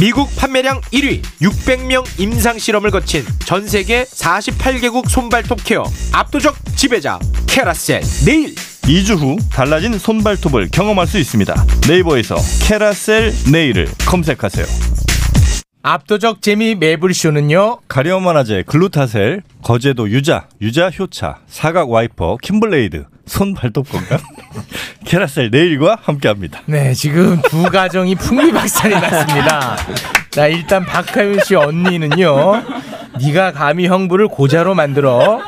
Speaker 4: 미국 판매량 1위, 600명 임상 실험을 거친 전 세계 48개국 손발톱 케어 압도적 지배자 캐라셀 네일.
Speaker 3: 2주 후 달라진 손발톱을 경험할 수 있습니다 네이버에서 캐라셀 네일을 검색하세요
Speaker 4: 압도적 재미 매불쇼는요.
Speaker 3: 가려만화제 글루타셀 거제도 유자 유자 효차 사각 와이퍼 킴블레이드 손 발톱 건강 캐라셀 네일과 함께합니다.
Speaker 4: 네, 지금 두 가정이 풍비박산이 났습니다. 자, 일단 박하윤 씨 언니는요. 네가 감히 형부를 고자로 만들어.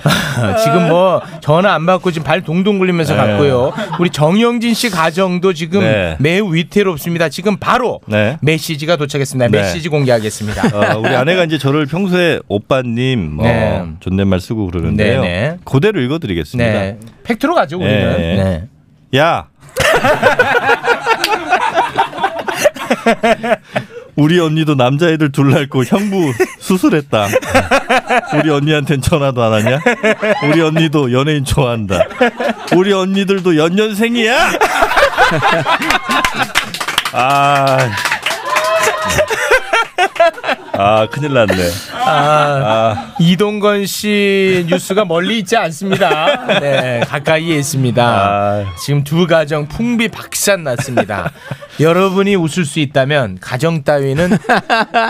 Speaker 4: 지금 뭐 전화 안 받고 지금 발 동동 굴리면서
Speaker 3: 네.
Speaker 4: 갔고요. 우리 정영진 씨 가정도 지금
Speaker 3: 네.
Speaker 4: 매우 위태롭습니다. 지금 바로
Speaker 3: 네.
Speaker 4: 메시지가 도착했습니다.
Speaker 3: 네.
Speaker 4: 메시지 공개하겠습니다.
Speaker 3: 어, 우리 아내가 이제 저를 평소에 오빠님 뭐
Speaker 4: 네.
Speaker 3: 존댓말 쓰고 그러는데요.
Speaker 4: 네네.
Speaker 3: 그대로 읽어드리겠습니다.
Speaker 4: 네. 팩트로 가죠, 우리는.
Speaker 3: 네.
Speaker 4: 네.
Speaker 3: 야. 우리 언니도 남자애들 둘 낳고 형부 수술했다. 우리 언니한텐 전화도 안 하냐? 우리 언니도 연예인 좋아한다. 우리 언니들도 연년생이야. 아. 아 큰일 났네.
Speaker 4: 아, 이동건 씨 뉴스가 멀리 있지 않습니다. 네, 가까이에 있습니다.
Speaker 3: 아.
Speaker 4: 지금 두 가정 풍비 박산 났습니다. 여러분이 웃을 수 있다면 가정 따위는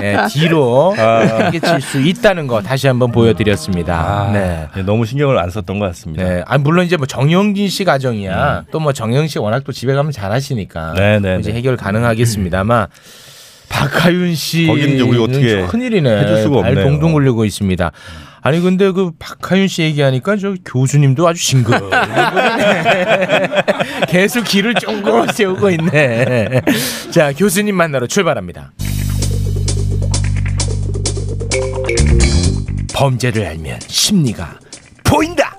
Speaker 4: 네, 뒤로 당겨칠 수 있다는 거 다시 한번 보여드렸습니다.
Speaker 3: 아. 아,
Speaker 4: 네.
Speaker 3: 예, 너무 신경을 안 썼던 것 같습니다.
Speaker 4: 네, 아 물론 이제 뭐 정영진 씨 가정이야. 또 뭐 정영 씨 워낙 또 집에 가면 잘하시니까
Speaker 3: 음. 네, 네,
Speaker 4: 이제
Speaker 3: 네.
Speaker 4: 해결 가능하겠습니다만 음. 박하윤 씨
Speaker 3: 거기는 이제 우리가 어떻게
Speaker 4: 큰일이네.
Speaker 3: 해줄 수가
Speaker 4: 발
Speaker 3: 없네요.
Speaker 4: 동동 굴리고 있습니다. 아니 근데 그 박하윤 씨 얘기하니까 저 교수님도 아주 징그러워. 계속 길을 쫑긋 세우고 있네. 자 교수님 만나러 출발합니다. 범죄를 알면 심리가 보인다.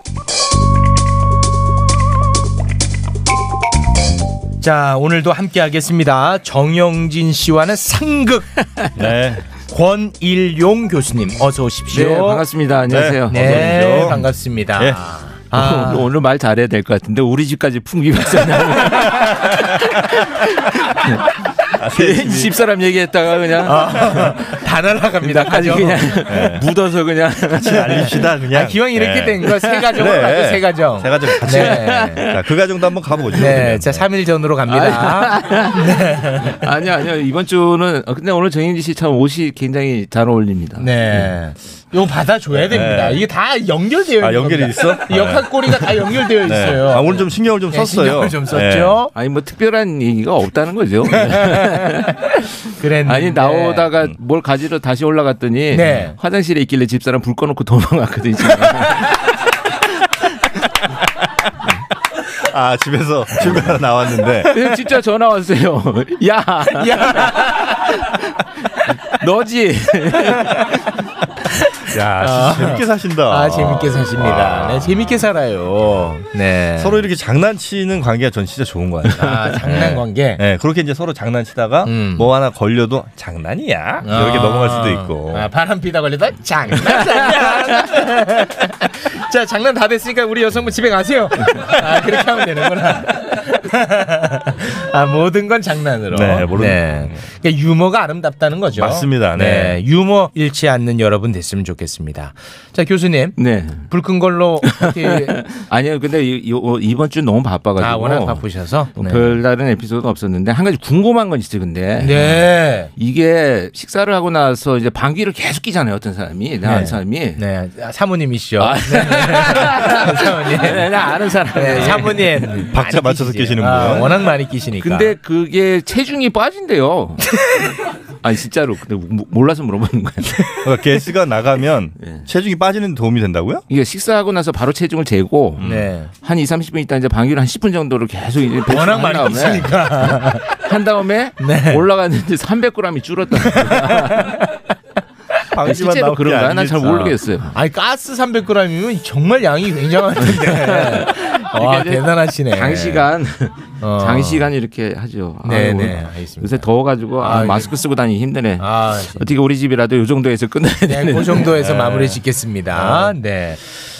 Speaker 4: 자 오늘도 함께하겠습니다. 정영진 씨와는 상극
Speaker 3: 네.
Speaker 4: 권일용 교수님 어서 오십시오.
Speaker 10: 네, 반갑습니다. 안녕하세요.
Speaker 4: 네,
Speaker 3: 어서 오십시오.
Speaker 4: 반갑습니다.
Speaker 3: 예.
Speaker 4: 아,
Speaker 10: 오늘, 오늘 말 잘해야 될 것 같은데 우리 집까지 풍기 박사나
Speaker 4: 아, 네.
Speaker 10: 괜히 집사람 얘기했다가 그냥
Speaker 4: 다 날아갑니다.
Speaker 10: 아주
Speaker 4: 가족.
Speaker 10: 그냥
Speaker 4: 네.
Speaker 10: 묻어서 그냥
Speaker 3: 같이 날립시다 그냥.
Speaker 4: 아, 기왕 이렇게
Speaker 3: 네.
Speaker 4: 된 거 세 가정으로
Speaker 3: 그래.
Speaker 4: 가죠, 세 가정.
Speaker 3: 세 가정 같이.
Speaker 4: 네.
Speaker 3: 자, 그 가정도 한번 가보죠.
Speaker 4: 네,
Speaker 3: 그러면.
Speaker 4: 자 3일 전으로 갑니다.
Speaker 10: 아니요 아니요 이번 주는 어, 근데 오늘 정영진 씨 참 옷이 굉장히 잘 어울립니다.
Speaker 4: 네, 이거 받아줘야 됩니다. 이게 다 연결되어
Speaker 3: 음.
Speaker 4: 있는
Speaker 3: 네. 아, 연결이
Speaker 4: 겁니다.
Speaker 3: 있어?
Speaker 4: 이 역할 꼬리가 다
Speaker 3: 네.
Speaker 4: 연결되어 있어요.
Speaker 3: 아, 오늘 좀 신경을 좀
Speaker 4: 네,
Speaker 3: 썼어요.
Speaker 4: 신경을 좀
Speaker 3: 네.
Speaker 4: 썼죠.
Speaker 10: 아니 뭐 특별한 얘기가 없다는 거죠.
Speaker 4: 네. 그랬는데
Speaker 3: 네.
Speaker 10: 아니 나오다가 뭘 가지러 다시 올라갔더니
Speaker 4: 음. 네.
Speaker 10: 화장실에 있길래 집사람 불 꺼놓고 도망갔거든요.
Speaker 3: 아, 집에서 출근하러 나왔는데.
Speaker 10: 그래서 진짜 전화 왔어요. 야, 너지.
Speaker 3: 야, 진짜 재밌게 사신다.
Speaker 4: 아 재밌게 사십니다. 네, 재밌게 살아요. 네.
Speaker 3: 아. 서로 이렇게 장난치는 관계가 전 진짜 좋은 것 같아요.
Speaker 4: 아, 장난 관계.
Speaker 3: 네, 그렇게 이제 서로 장난치다가
Speaker 4: 음.
Speaker 3: 뭐 하나 걸려도 장난이야 이렇게
Speaker 4: 아.
Speaker 3: 넘어갈 수도 있고.
Speaker 4: 아, 바람 피다 걸리다 장난. 장난. 자 장난 다 됐으니까 우리 여성분 집에 가세요. 아 그렇게 하면 되는구나. 아 모든 건 장난으로.
Speaker 3: 네, 모든-
Speaker 4: 그러니까 유머가 아름답다는 거죠.
Speaker 3: 맞습니다. 네.
Speaker 4: 유머 잃지 않는 여러분 됐으면 좋겠습니다. 자 교수님
Speaker 10: 네.
Speaker 4: 불 끈 걸로 어떻게
Speaker 10: 아니요, 근데 이, 번 주 너무 바빠가지고.
Speaker 4: 아 워낙 바쁘셔서.
Speaker 10: 뭐 별다른 에피소드는 없었는데 한 가지 궁금한 건 있어요, 근데.
Speaker 4: 네.
Speaker 10: 이게 식사를 하고 나서 이제 방귀를 계속 끼잖아요, 어떤 사람이. 나 아는 사람이.
Speaker 4: 네, 아, 사모님이시죠. 네. 사모님.
Speaker 10: 네, 나 아는 사람이.
Speaker 4: 네, 사모님.
Speaker 3: 박자
Speaker 4: 많이
Speaker 3: 맞춰서
Speaker 4: 끼시지.
Speaker 3: 끼시는
Speaker 4: 아,
Speaker 3: 분.
Speaker 4: 워낙 많이 끼시니까.
Speaker 10: 근데 그게 체중이 빠진대요. 아니, 진짜로. 근데 모- 몰라서 물어보는 거예요.
Speaker 3: 그러니까 게스가 나가면
Speaker 4: 예.
Speaker 3: 체중이 빠지는 데 도움이 된다고요?
Speaker 10: 이게 식사하고 나서 바로 체중을 재고
Speaker 4: 네.
Speaker 10: 한 2, 30분 있다 이제 방귀를 한 10분 정도로 계속 이제 배출을
Speaker 4: 워낙
Speaker 10: 한
Speaker 4: 많이
Speaker 10: 다음에
Speaker 4: 끼시니까.
Speaker 10: 한 다음에
Speaker 4: 네.
Speaker 10: 올라갔는데 300g이 줄었다.
Speaker 3: 방심한
Speaker 10: 실제로
Speaker 3: 나올 게
Speaker 10: 그런가? 난 잘
Speaker 3: 아니겠죠.
Speaker 10: 모르겠어요.
Speaker 4: 아니, 가스 300g이면 정말 양이 굉장한데. 와,
Speaker 10: 이제
Speaker 4: 대단하시네.
Speaker 10: 장시간
Speaker 4: 어.
Speaker 10: 장시간 이렇게 하죠.
Speaker 4: 네,
Speaker 10: 아유,
Speaker 4: 네, 알겠습니다.
Speaker 10: 요새 더워가지고 아,
Speaker 4: 아,
Speaker 10: 마스크 쓰고 다니기 힘드네.
Speaker 4: 아,
Speaker 10: 어떻게 우리 집이라도 요 정도에서 끝나야
Speaker 4: 네,
Speaker 10: 되는.
Speaker 4: 그 정도에서 마무리
Speaker 10: 아.
Speaker 4: 짓겠습니다. 네.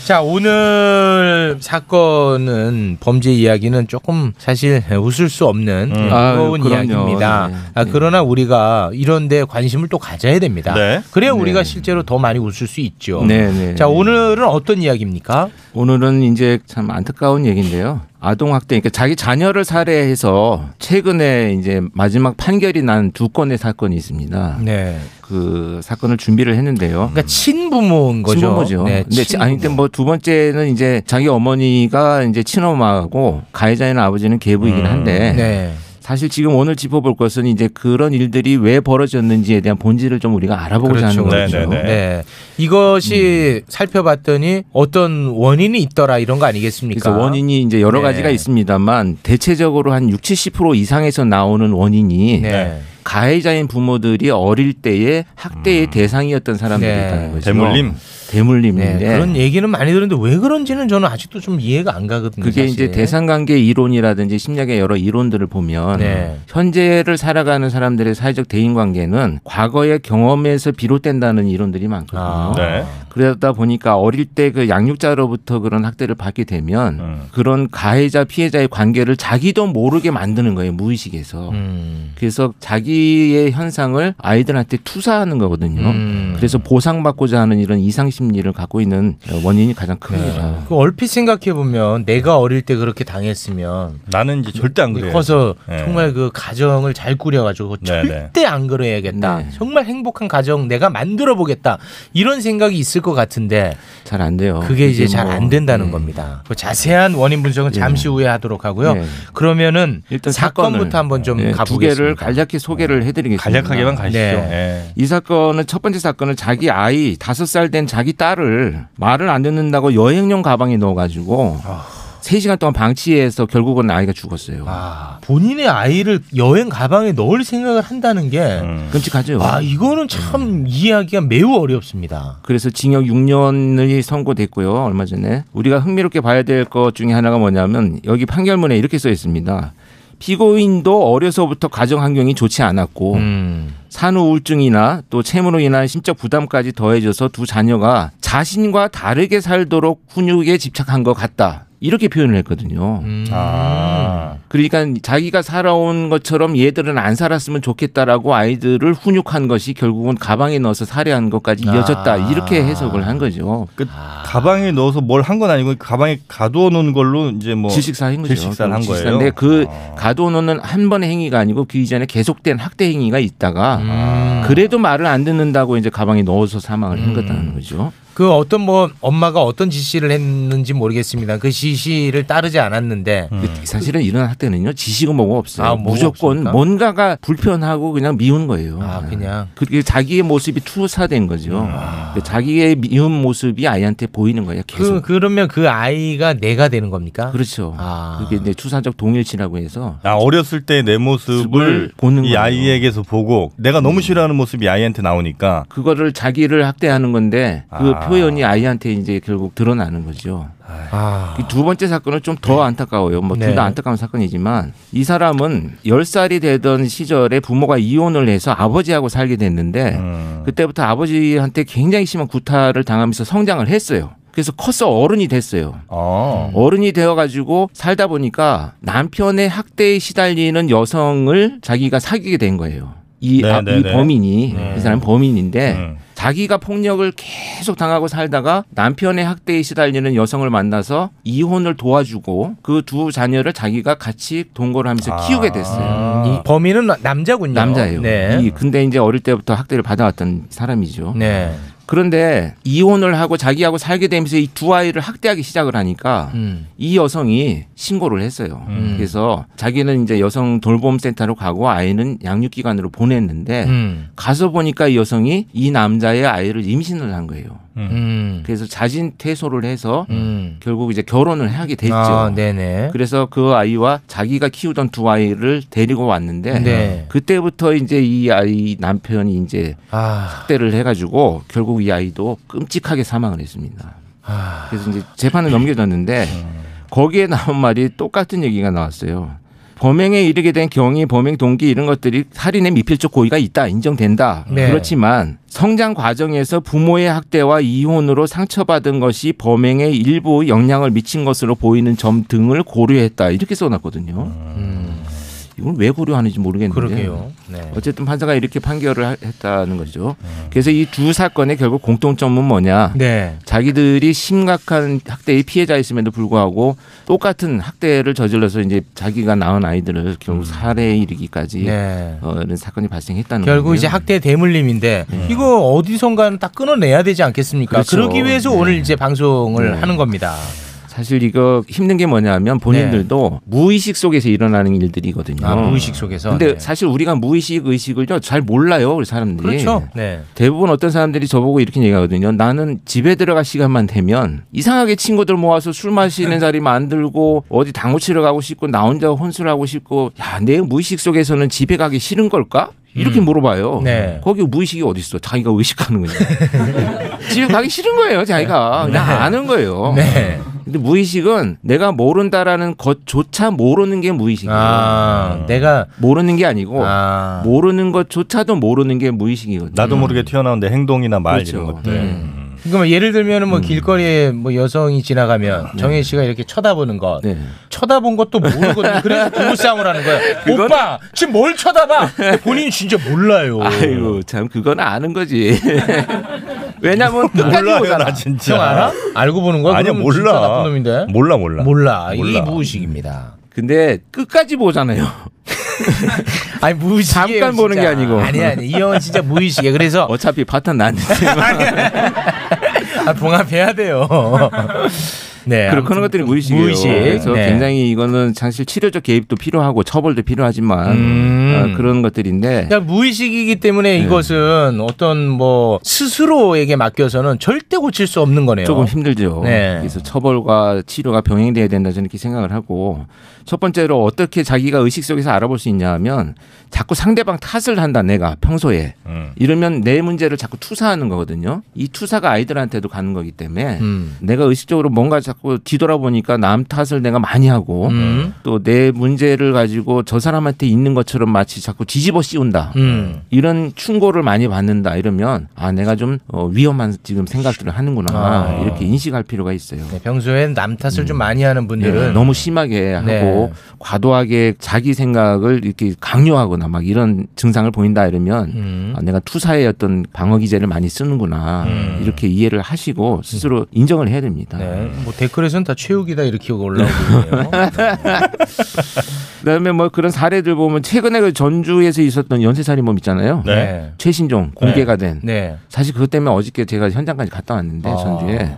Speaker 4: 자, 오늘 사건은 범죄 이야기는 조금 사실 웃을 수 없는 무거운
Speaker 10: 음. 아유, 그럼요.
Speaker 4: 이야기입니다.
Speaker 10: 네.
Speaker 4: 아,
Speaker 10: 네.
Speaker 4: 그러나 우리가 이런 데 관심을 또 가져야 됩니다.
Speaker 3: 네.
Speaker 4: 그래야 우리가 실제로 더 많이 웃을 수 있죠.
Speaker 10: 네, 네.
Speaker 4: 자, 오늘은 어떤 이야기입니까?
Speaker 10: 오늘은 이제 참 안타까운 얘기인데요. 아동 학대, 그러니까 자기 자녀를 살해해서 최근에 이제 마지막 판결이 난 두 건의 사건이 있습니다.
Speaker 4: 네.
Speaker 10: 그 사건을 준비를 했는데요.
Speaker 4: 그러니까 친부모인 거죠.
Speaker 10: 친부모죠.
Speaker 4: 네,
Speaker 10: 근데
Speaker 4: 친부모.
Speaker 10: 아니 근데 뭐 두 번째는 이제 자기 어머니가 이제 친엄마고 가해자인 아버지는 계부이긴 한데
Speaker 4: 네.
Speaker 10: 사실 지금 오늘 짚어볼 것은 이제 그런 일들이 왜 벌어졌는지에 대한 본질을 좀 우리가 알아보고자
Speaker 4: 그렇죠.
Speaker 10: 하는 거죠. 음.
Speaker 3: 네네네.
Speaker 4: 네. 이것이 살펴봤더니 어떤 원인이 있더라 이런 거 아니겠습니까?
Speaker 10: 그래서 원인이 이제 여러
Speaker 4: 네.
Speaker 10: 가지가 있습니다만 대체적으로 한 60, 70% 이상에서 나오는 원인이
Speaker 4: 네.
Speaker 10: 가해자인 부모들이 어릴 때에 학대의 대상이었던 사람들이
Speaker 4: 네.
Speaker 10: 있다는 거죠.
Speaker 3: 대물림.
Speaker 10: 대물림인데
Speaker 4: 네, 그런 얘기는 많이 들었는데 왜 그런지는 저는 아직도 좀 이해가 안 가거든요.
Speaker 10: 그게
Speaker 4: 사실.
Speaker 10: 이제 대상관계 이론이라든지 심리학의 여러 이론들을 보면
Speaker 4: 네.
Speaker 10: 현재를 살아가는 사람들의 사회적 대인관계는 과거의 경험에서 비롯된다는 이론들이 많거든요.
Speaker 4: 아.
Speaker 3: 네.
Speaker 10: 그러다 보니까 어릴 때 그 양육자로부터 그런 학대를 받게 되면
Speaker 3: 음.
Speaker 10: 그런 가해자 피해자의 관계를 자기도 모르게 만드는 거예요 무의식에서.
Speaker 4: 음.
Speaker 10: 그래서 자기의 현상을 아이들한테 투사하는 거거든요.
Speaker 4: 음.
Speaker 10: 그래서 보상받고자 하는 이런 이상 심리를 갖고 있는 원인이 가장 아, 큽니다.
Speaker 4: 그 얼핏 생각해 보면 내가 어릴 때 그렇게 당했으면
Speaker 3: 나는 이제 절대 안 그래요.
Speaker 4: 커서
Speaker 3: 네.
Speaker 4: 정말 그 가정을 잘 꾸려가지고
Speaker 3: 네,
Speaker 4: 절대 안 그래야겠다.
Speaker 10: 네.
Speaker 4: 정말 행복한 가정 내가 만들어 보겠다. 이런 생각이 있을 것 같은데
Speaker 10: 잘 안 돼요.
Speaker 4: 그게 이제
Speaker 10: 뭐,
Speaker 4: 잘 안 된다는
Speaker 10: 네.
Speaker 4: 겁니다. 그 자세한 원인 분석은 잠시 후에 하도록 하고요.
Speaker 10: 네.
Speaker 4: 그러면은
Speaker 10: 예. 일단
Speaker 4: 사건부터 한번 좀
Speaker 10: 네, 두
Speaker 4: 가보겠습니다.
Speaker 10: 개를 간략히 소개를 해드리겠습니다.
Speaker 3: 간략하게만 가시죠.
Speaker 4: 네.
Speaker 10: 이 사건은 첫 번째 사건은 자기 아이 다섯 살 된 자기 딸을 말을 안 듣는다고 여행용 가방에 넣어가지고 세 시간 동안 방치해서 결국은 아이가 죽었어요.
Speaker 4: 아, 본인의 아이를 여행 가방에 넣을 생각을 한다는 게
Speaker 3: 예. 음.
Speaker 10: 끔찍하죠.
Speaker 4: 아, 이거는
Speaker 10: 음.
Speaker 4: 참 이해하기가 매우 어렵습니다.
Speaker 10: 그래서 징역 6년이 선고됐고요. 얼마 전에 우리가 흥미롭게 봐야 될 것 중에 하나가 뭐냐면 여기 판결문에 이렇게 써 있습니다. 피고인도 어려서부터 가정 환경이 좋지 않았고
Speaker 4: 음.
Speaker 10: 산후 우울증이나 또 채무로 인한 심적 부담까지 더해져서 두 자녀가 자신과 다르게 살도록 훈육에 집착한 것 같다. 이렇게 표현을 했거든요.
Speaker 4: 음.
Speaker 3: 예. 아.
Speaker 10: 그러니까 자기가 살아온 것처럼 얘들은 안 살았으면 좋겠다라고 아이들을 훈육한 것이 결국은 가방에 넣어서 살해한 것까지 이어졌다.
Speaker 4: 아.
Speaker 10: 이렇게 해석을 한 거죠.
Speaker 3: 그
Speaker 10: 아.
Speaker 3: 가방에 넣어서 뭘 한 건 아니고 가방에 가두어 놓은 걸로 이제 뭐
Speaker 10: 질식사인 거죠.
Speaker 3: 질식사를 한 거예요.
Speaker 10: 질식사인데 그
Speaker 3: 아.
Speaker 10: 가둬놓는 한 번의 행위가 아니고 그 이전에 계속된 학대 행위가 있다가
Speaker 4: 음.
Speaker 10: 그래도 말을 안 듣는다고 이제 가방에 넣어서 사망을 한 거다는 거죠.
Speaker 4: 그 어떤 뭐 엄마가 어떤 지시를 했는지 모르겠습니다. 그 지시를 따르지 않았는데
Speaker 10: 근데 그 사실은 이런 학대는요 지식은 뭐가
Speaker 4: 음.
Speaker 10: 없어요.
Speaker 4: 아, 뭐가
Speaker 10: 무조건
Speaker 4: 없습니까?
Speaker 10: 뭔가가 불편하고 그냥 미운 거예요. 네.
Speaker 4: 아 그냥
Speaker 10: 그게 자기의 모습이 투사된 거죠.
Speaker 4: 음.
Speaker 10: 자기의 미운 모습이 아이한테 보이는 거예요.
Speaker 4: 그
Speaker 10: 계속.
Speaker 4: 그러면 그 아이가 내가 되는 겁니까?
Speaker 10: 그, 렇죠
Speaker 4: 아.
Speaker 10: 그게 이제 추사적 동일치라고 해서
Speaker 3: 아, 어렸을 때 내 모습을
Speaker 10: 모습을 보는
Speaker 3: 이
Speaker 10: 거예요. 음.
Speaker 3: 아이에게서 보고 내가 너무 싫어하는 모습이 아이한테 나오니까
Speaker 10: 그거를 자기를 학대하는 건데 그
Speaker 3: 아.
Speaker 10: 표현이 아이한테 이제 결국 드러나는 거죠.
Speaker 4: 아.
Speaker 10: 이두 번째 사건은 좀 더 안타까워요. 뭐 둘
Speaker 4: 네.
Speaker 10: 다 안타까운 사건이지만 이 사람은 10살이 되던 시절에 부모가 이혼을 해서 아버지하고 살게 됐는데
Speaker 3: 음.
Speaker 10: 그때부터 아버지한테 굉장히 심한 구타를 당하면서 성장을 했어요. 그래서 커서 어른이 됐어요.
Speaker 3: 어.
Speaker 10: 어른이 되어가지고 살다 보니까 남편의 학대에 시달리는 여성을 자기가 사귀게 된 거예요. 이,
Speaker 3: 네,
Speaker 10: 아,
Speaker 3: 네,
Speaker 10: 이
Speaker 3: 네.
Speaker 10: 범인이 그 사람 범인인데
Speaker 3: 음.
Speaker 10: 자기가 폭력을 계속 당하고 살다가 남편의 학대에 시달리는 여성을 만나서 이혼을 도와주고 그 두 자녀를 자기가 같이 동거를 하면서
Speaker 3: 아.
Speaker 10: 키우게 됐어요.
Speaker 4: 이 범인은 나-
Speaker 3: 음.
Speaker 4: 남자군요.
Speaker 10: 남자예요.
Speaker 4: 네.
Speaker 10: 이- 근데 이제 어릴 때부터 학대를 받아왔던 사람이죠.
Speaker 4: 네.
Speaker 10: 그런데 이혼을 하고 자기하고 살게 되면서 이 두 아이를 학대하기 시작을 하니까
Speaker 4: 음.
Speaker 10: 이 여성이 신고를 했어요.
Speaker 4: 음.
Speaker 10: 그래서 자기는 이제 여성 돌봄 센터로 가고 아이는 양육기관으로 보냈는데
Speaker 4: 음.
Speaker 10: 가서 보니까 이 여성이 이 남자의 아이를 임신을 한 거예요.
Speaker 4: 음.
Speaker 10: 그래서 자진 퇴소를 해서
Speaker 4: 음.
Speaker 10: 결국 이제 결혼을 하게 됐죠.
Speaker 4: 아, 네네.
Speaker 10: 그래서 그 아이와 자기가 키우던 두 아이를 데리고 왔는데
Speaker 4: 네.
Speaker 10: 그때부터 이제 이 아이 남편이 이제
Speaker 4: 아.
Speaker 10: 학대를 해가지고 결국 이 아이도 끔찍하게 사망을 했습니다. 그래서 이제 재판을 넘겨졌는데 거기에 나온 말이 똑같은 얘기가 나왔어요. 범행에 이르게 된 경위, 범행 동기 이런 것들이 살인에 미필적 고의가 있다 인정된다.
Speaker 4: 네.
Speaker 10: 그렇지만 성장 과정에서 부모의 학대와 이혼으로 상처받은 것이 범행에 일부 영향을 미친 것으로 보이는 점 등을 고려했다 이렇게 써놨거든요. 이걸 왜 고려하는지
Speaker 4: 음.
Speaker 10: 모르겠는데.
Speaker 4: 그러게요. 네.
Speaker 10: 어쨌든 판사가 이렇게 판결을 하- 했다는 거죠. 그래서 이 두 사건의 결국 공통점은 뭐냐?
Speaker 4: 네.
Speaker 10: 자기들이 심각한 학대의 피해자였음에도 불구하고 똑같은 학대를 저질러서 이제 자기가 낳은 아이들을 결국 살해에 이르기까지
Speaker 4: 음. 네.
Speaker 10: 어, 이런 사건이 발생했다는 거예요.
Speaker 4: 결국 이제 학대 대물림인데 이거 어디선가는 딱 끊어내야 되지 않겠습니까? 그
Speaker 10: 음. 그렇죠.
Speaker 4: 러기 위해서
Speaker 10: 네.
Speaker 4: 오늘 이제 방송을
Speaker 10: 네.
Speaker 4: 하는 겁니다.
Speaker 10: 사실 이거 힘든 게 뭐냐면 본인들도 무의식 속에서 일어나는 일들이거든요.
Speaker 4: 네. 아, 무의식 속에서.
Speaker 10: 음. 근데
Speaker 4: 네.
Speaker 10: 사실 우리가 무의식 의식을요 잘 몰라요 우리 사람들이.
Speaker 4: 그렇죠. 네.
Speaker 10: 대부분 어떤 사람들이 저보고 이렇게 얘기하거든요. 나는 집에 들어갈 시간만 되면 이상하게 친구들 모아서 술 마시는 자리 만들고 어디 당구 치러 가고 싶고 나 혼자 혼술하고 싶고 야, 내 무의식 속에서는 집에 가기 싫은 걸까? 이렇게 물어봐요.
Speaker 4: 네.
Speaker 10: 거기 무의식이 어디 있어? 자기가 의식하는 거예요. 집에 가기 싫은 거예요, 자기가. 그냥
Speaker 4: 네.
Speaker 10: 아는 거예요.
Speaker 4: 네.
Speaker 10: 근데 무의식은 내가 모른다라는 것조차 모르는 게 무의식이에요.
Speaker 4: 아,
Speaker 10: 음.
Speaker 4: 내가
Speaker 10: 모르는 게 아니고
Speaker 4: 아,
Speaker 10: 모르는 것조차도 모르는 게 무의식이거든요.
Speaker 3: 나도 모르게 튀어나오는데 행동이나 말 이런
Speaker 10: 음. 그렇죠.
Speaker 3: 것들.
Speaker 4: 음. 그러니까 뭐 예를 들면은 뭐 길거리에 뭐 여성이 지나가면 정혜 씨가 이렇게 쳐다보는 것,
Speaker 10: 네.
Speaker 4: 쳐다본 것도 모르거든요. 그래서 부부싸움을 하는 거예요.
Speaker 10: 그건-
Speaker 4: 오빠 지금 뭘 쳐다봐? 근데 본인이 진짜 몰라요.
Speaker 10: 아이고 참 그건 아는 거지. 왜냐면 끝까지
Speaker 3: 몰라요,
Speaker 10: 보잖아.
Speaker 3: 나 진짜.
Speaker 4: 형 알아? 알고 보는 거야?
Speaker 3: 아니야
Speaker 4: 그러면
Speaker 3: 몰라.
Speaker 4: 진짜 나쁜 놈인데.
Speaker 3: 몰라 몰라.
Speaker 4: 몰라. 이
Speaker 3: 몰라.
Speaker 4: 무의식입니다.
Speaker 10: 근데 끝까지 보잖아요.
Speaker 4: 아니 무의식
Speaker 10: 잠깐 보는 게 아니고.
Speaker 4: 아니 아니 이 형은 진짜 무의식이에요. 그래서
Speaker 10: 어차피 파탄 나는데.
Speaker 4: 아, 봉합해야 돼요. 네.
Speaker 10: 그런 그런
Speaker 4: 아무튼
Speaker 10: 것들이 무의식이에요.
Speaker 4: 무의식.
Speaker 10: 그래서
Speaker 4: 네.
Speaker 10: 굉장히 이거는 사실 치료적 개입도 필요하고 처벌도 필요하지만
Speaker 4: 음.
Speaker 10: 어, 그런 것들인데
Speaker 4: 그러니까 무의식이기 때문에
Speaker 10: 네.
Speaker 4: 이것은 어떤 뭐 스스로에게 맡겨서는 절대 고칠 수 없는 거네요.
Speaker 10: 조금 힘들죠.
Speaker 4: 네.
Speaker 10: 그래서 처벌과 치료가 병행돼야 된다 저는 이렇게 생각을 하고 첫 번째로 어떻게 자기가 의식 속에서 알아볼 수 있냐면 자꾸 상대방 탓을 한다 내가 평소에
Speaker 3: 음.
Speaker 10: 이러면 내 문제를 자꾸 투사하는 거거든요. 이 투사가 아이들한테도 가는 거기 때문에
Speaker 4: 음.
Speaker 10: 내가 의식적으로 뭔가 자꾸 뒤돌아보니까 남 탓을 내가 많이 하고
Speaker 4: 음.
Speaker 10: 또 내 문제를 가지고 저 사람한테 있는 것처럼 마치 자꾸 뒤집어 씌운다.
Speaker 4: 음.
Speaker 10: 이런 충고를 많이 받는다 이러면 아 내가 좀 어, 위험한 지금 생각들을 하는구나
Speaker 4: 아.
Speaker 10: 이렇게 인식할 필요가 있어요.
Speaker 4: 네, 평소엔 남 탓을 좀 많이 하는 분들은
Speaker 10: 음. 예, 너무 심하게 하고
Speaker 4: 네.
Speaker 10: 과도하게 자기 생각을 이렇게 강요하거나 막 이런 증상을 보인다 이러면
Speaker 4: 음.
Speaker 10: 아, 내가 투사의 어떤 방어 기제를 많이 쓰는구나 이렇게 이해를 하시고 스스로 인정을 해야 됩니다.
Speaker 4: 음. 네, 뭐 댓글에서는 다 최욱이다 이렇게 올라오고 있네요.
Speaker 10: 그다음에 뭐 그런 사례들 보면 최근에 그 전주에서 있었던 연쇄살인범 있잖아요.
Speaker 4: 네.
Speaker 10: 최신종 공개가 된
Speaker 4: 네.
Speaker 10: 사실 그것 때문에 어저께 제가 현장까지 갔다 왔는데
Speaker 4: 아.
Speaker 10: 전주에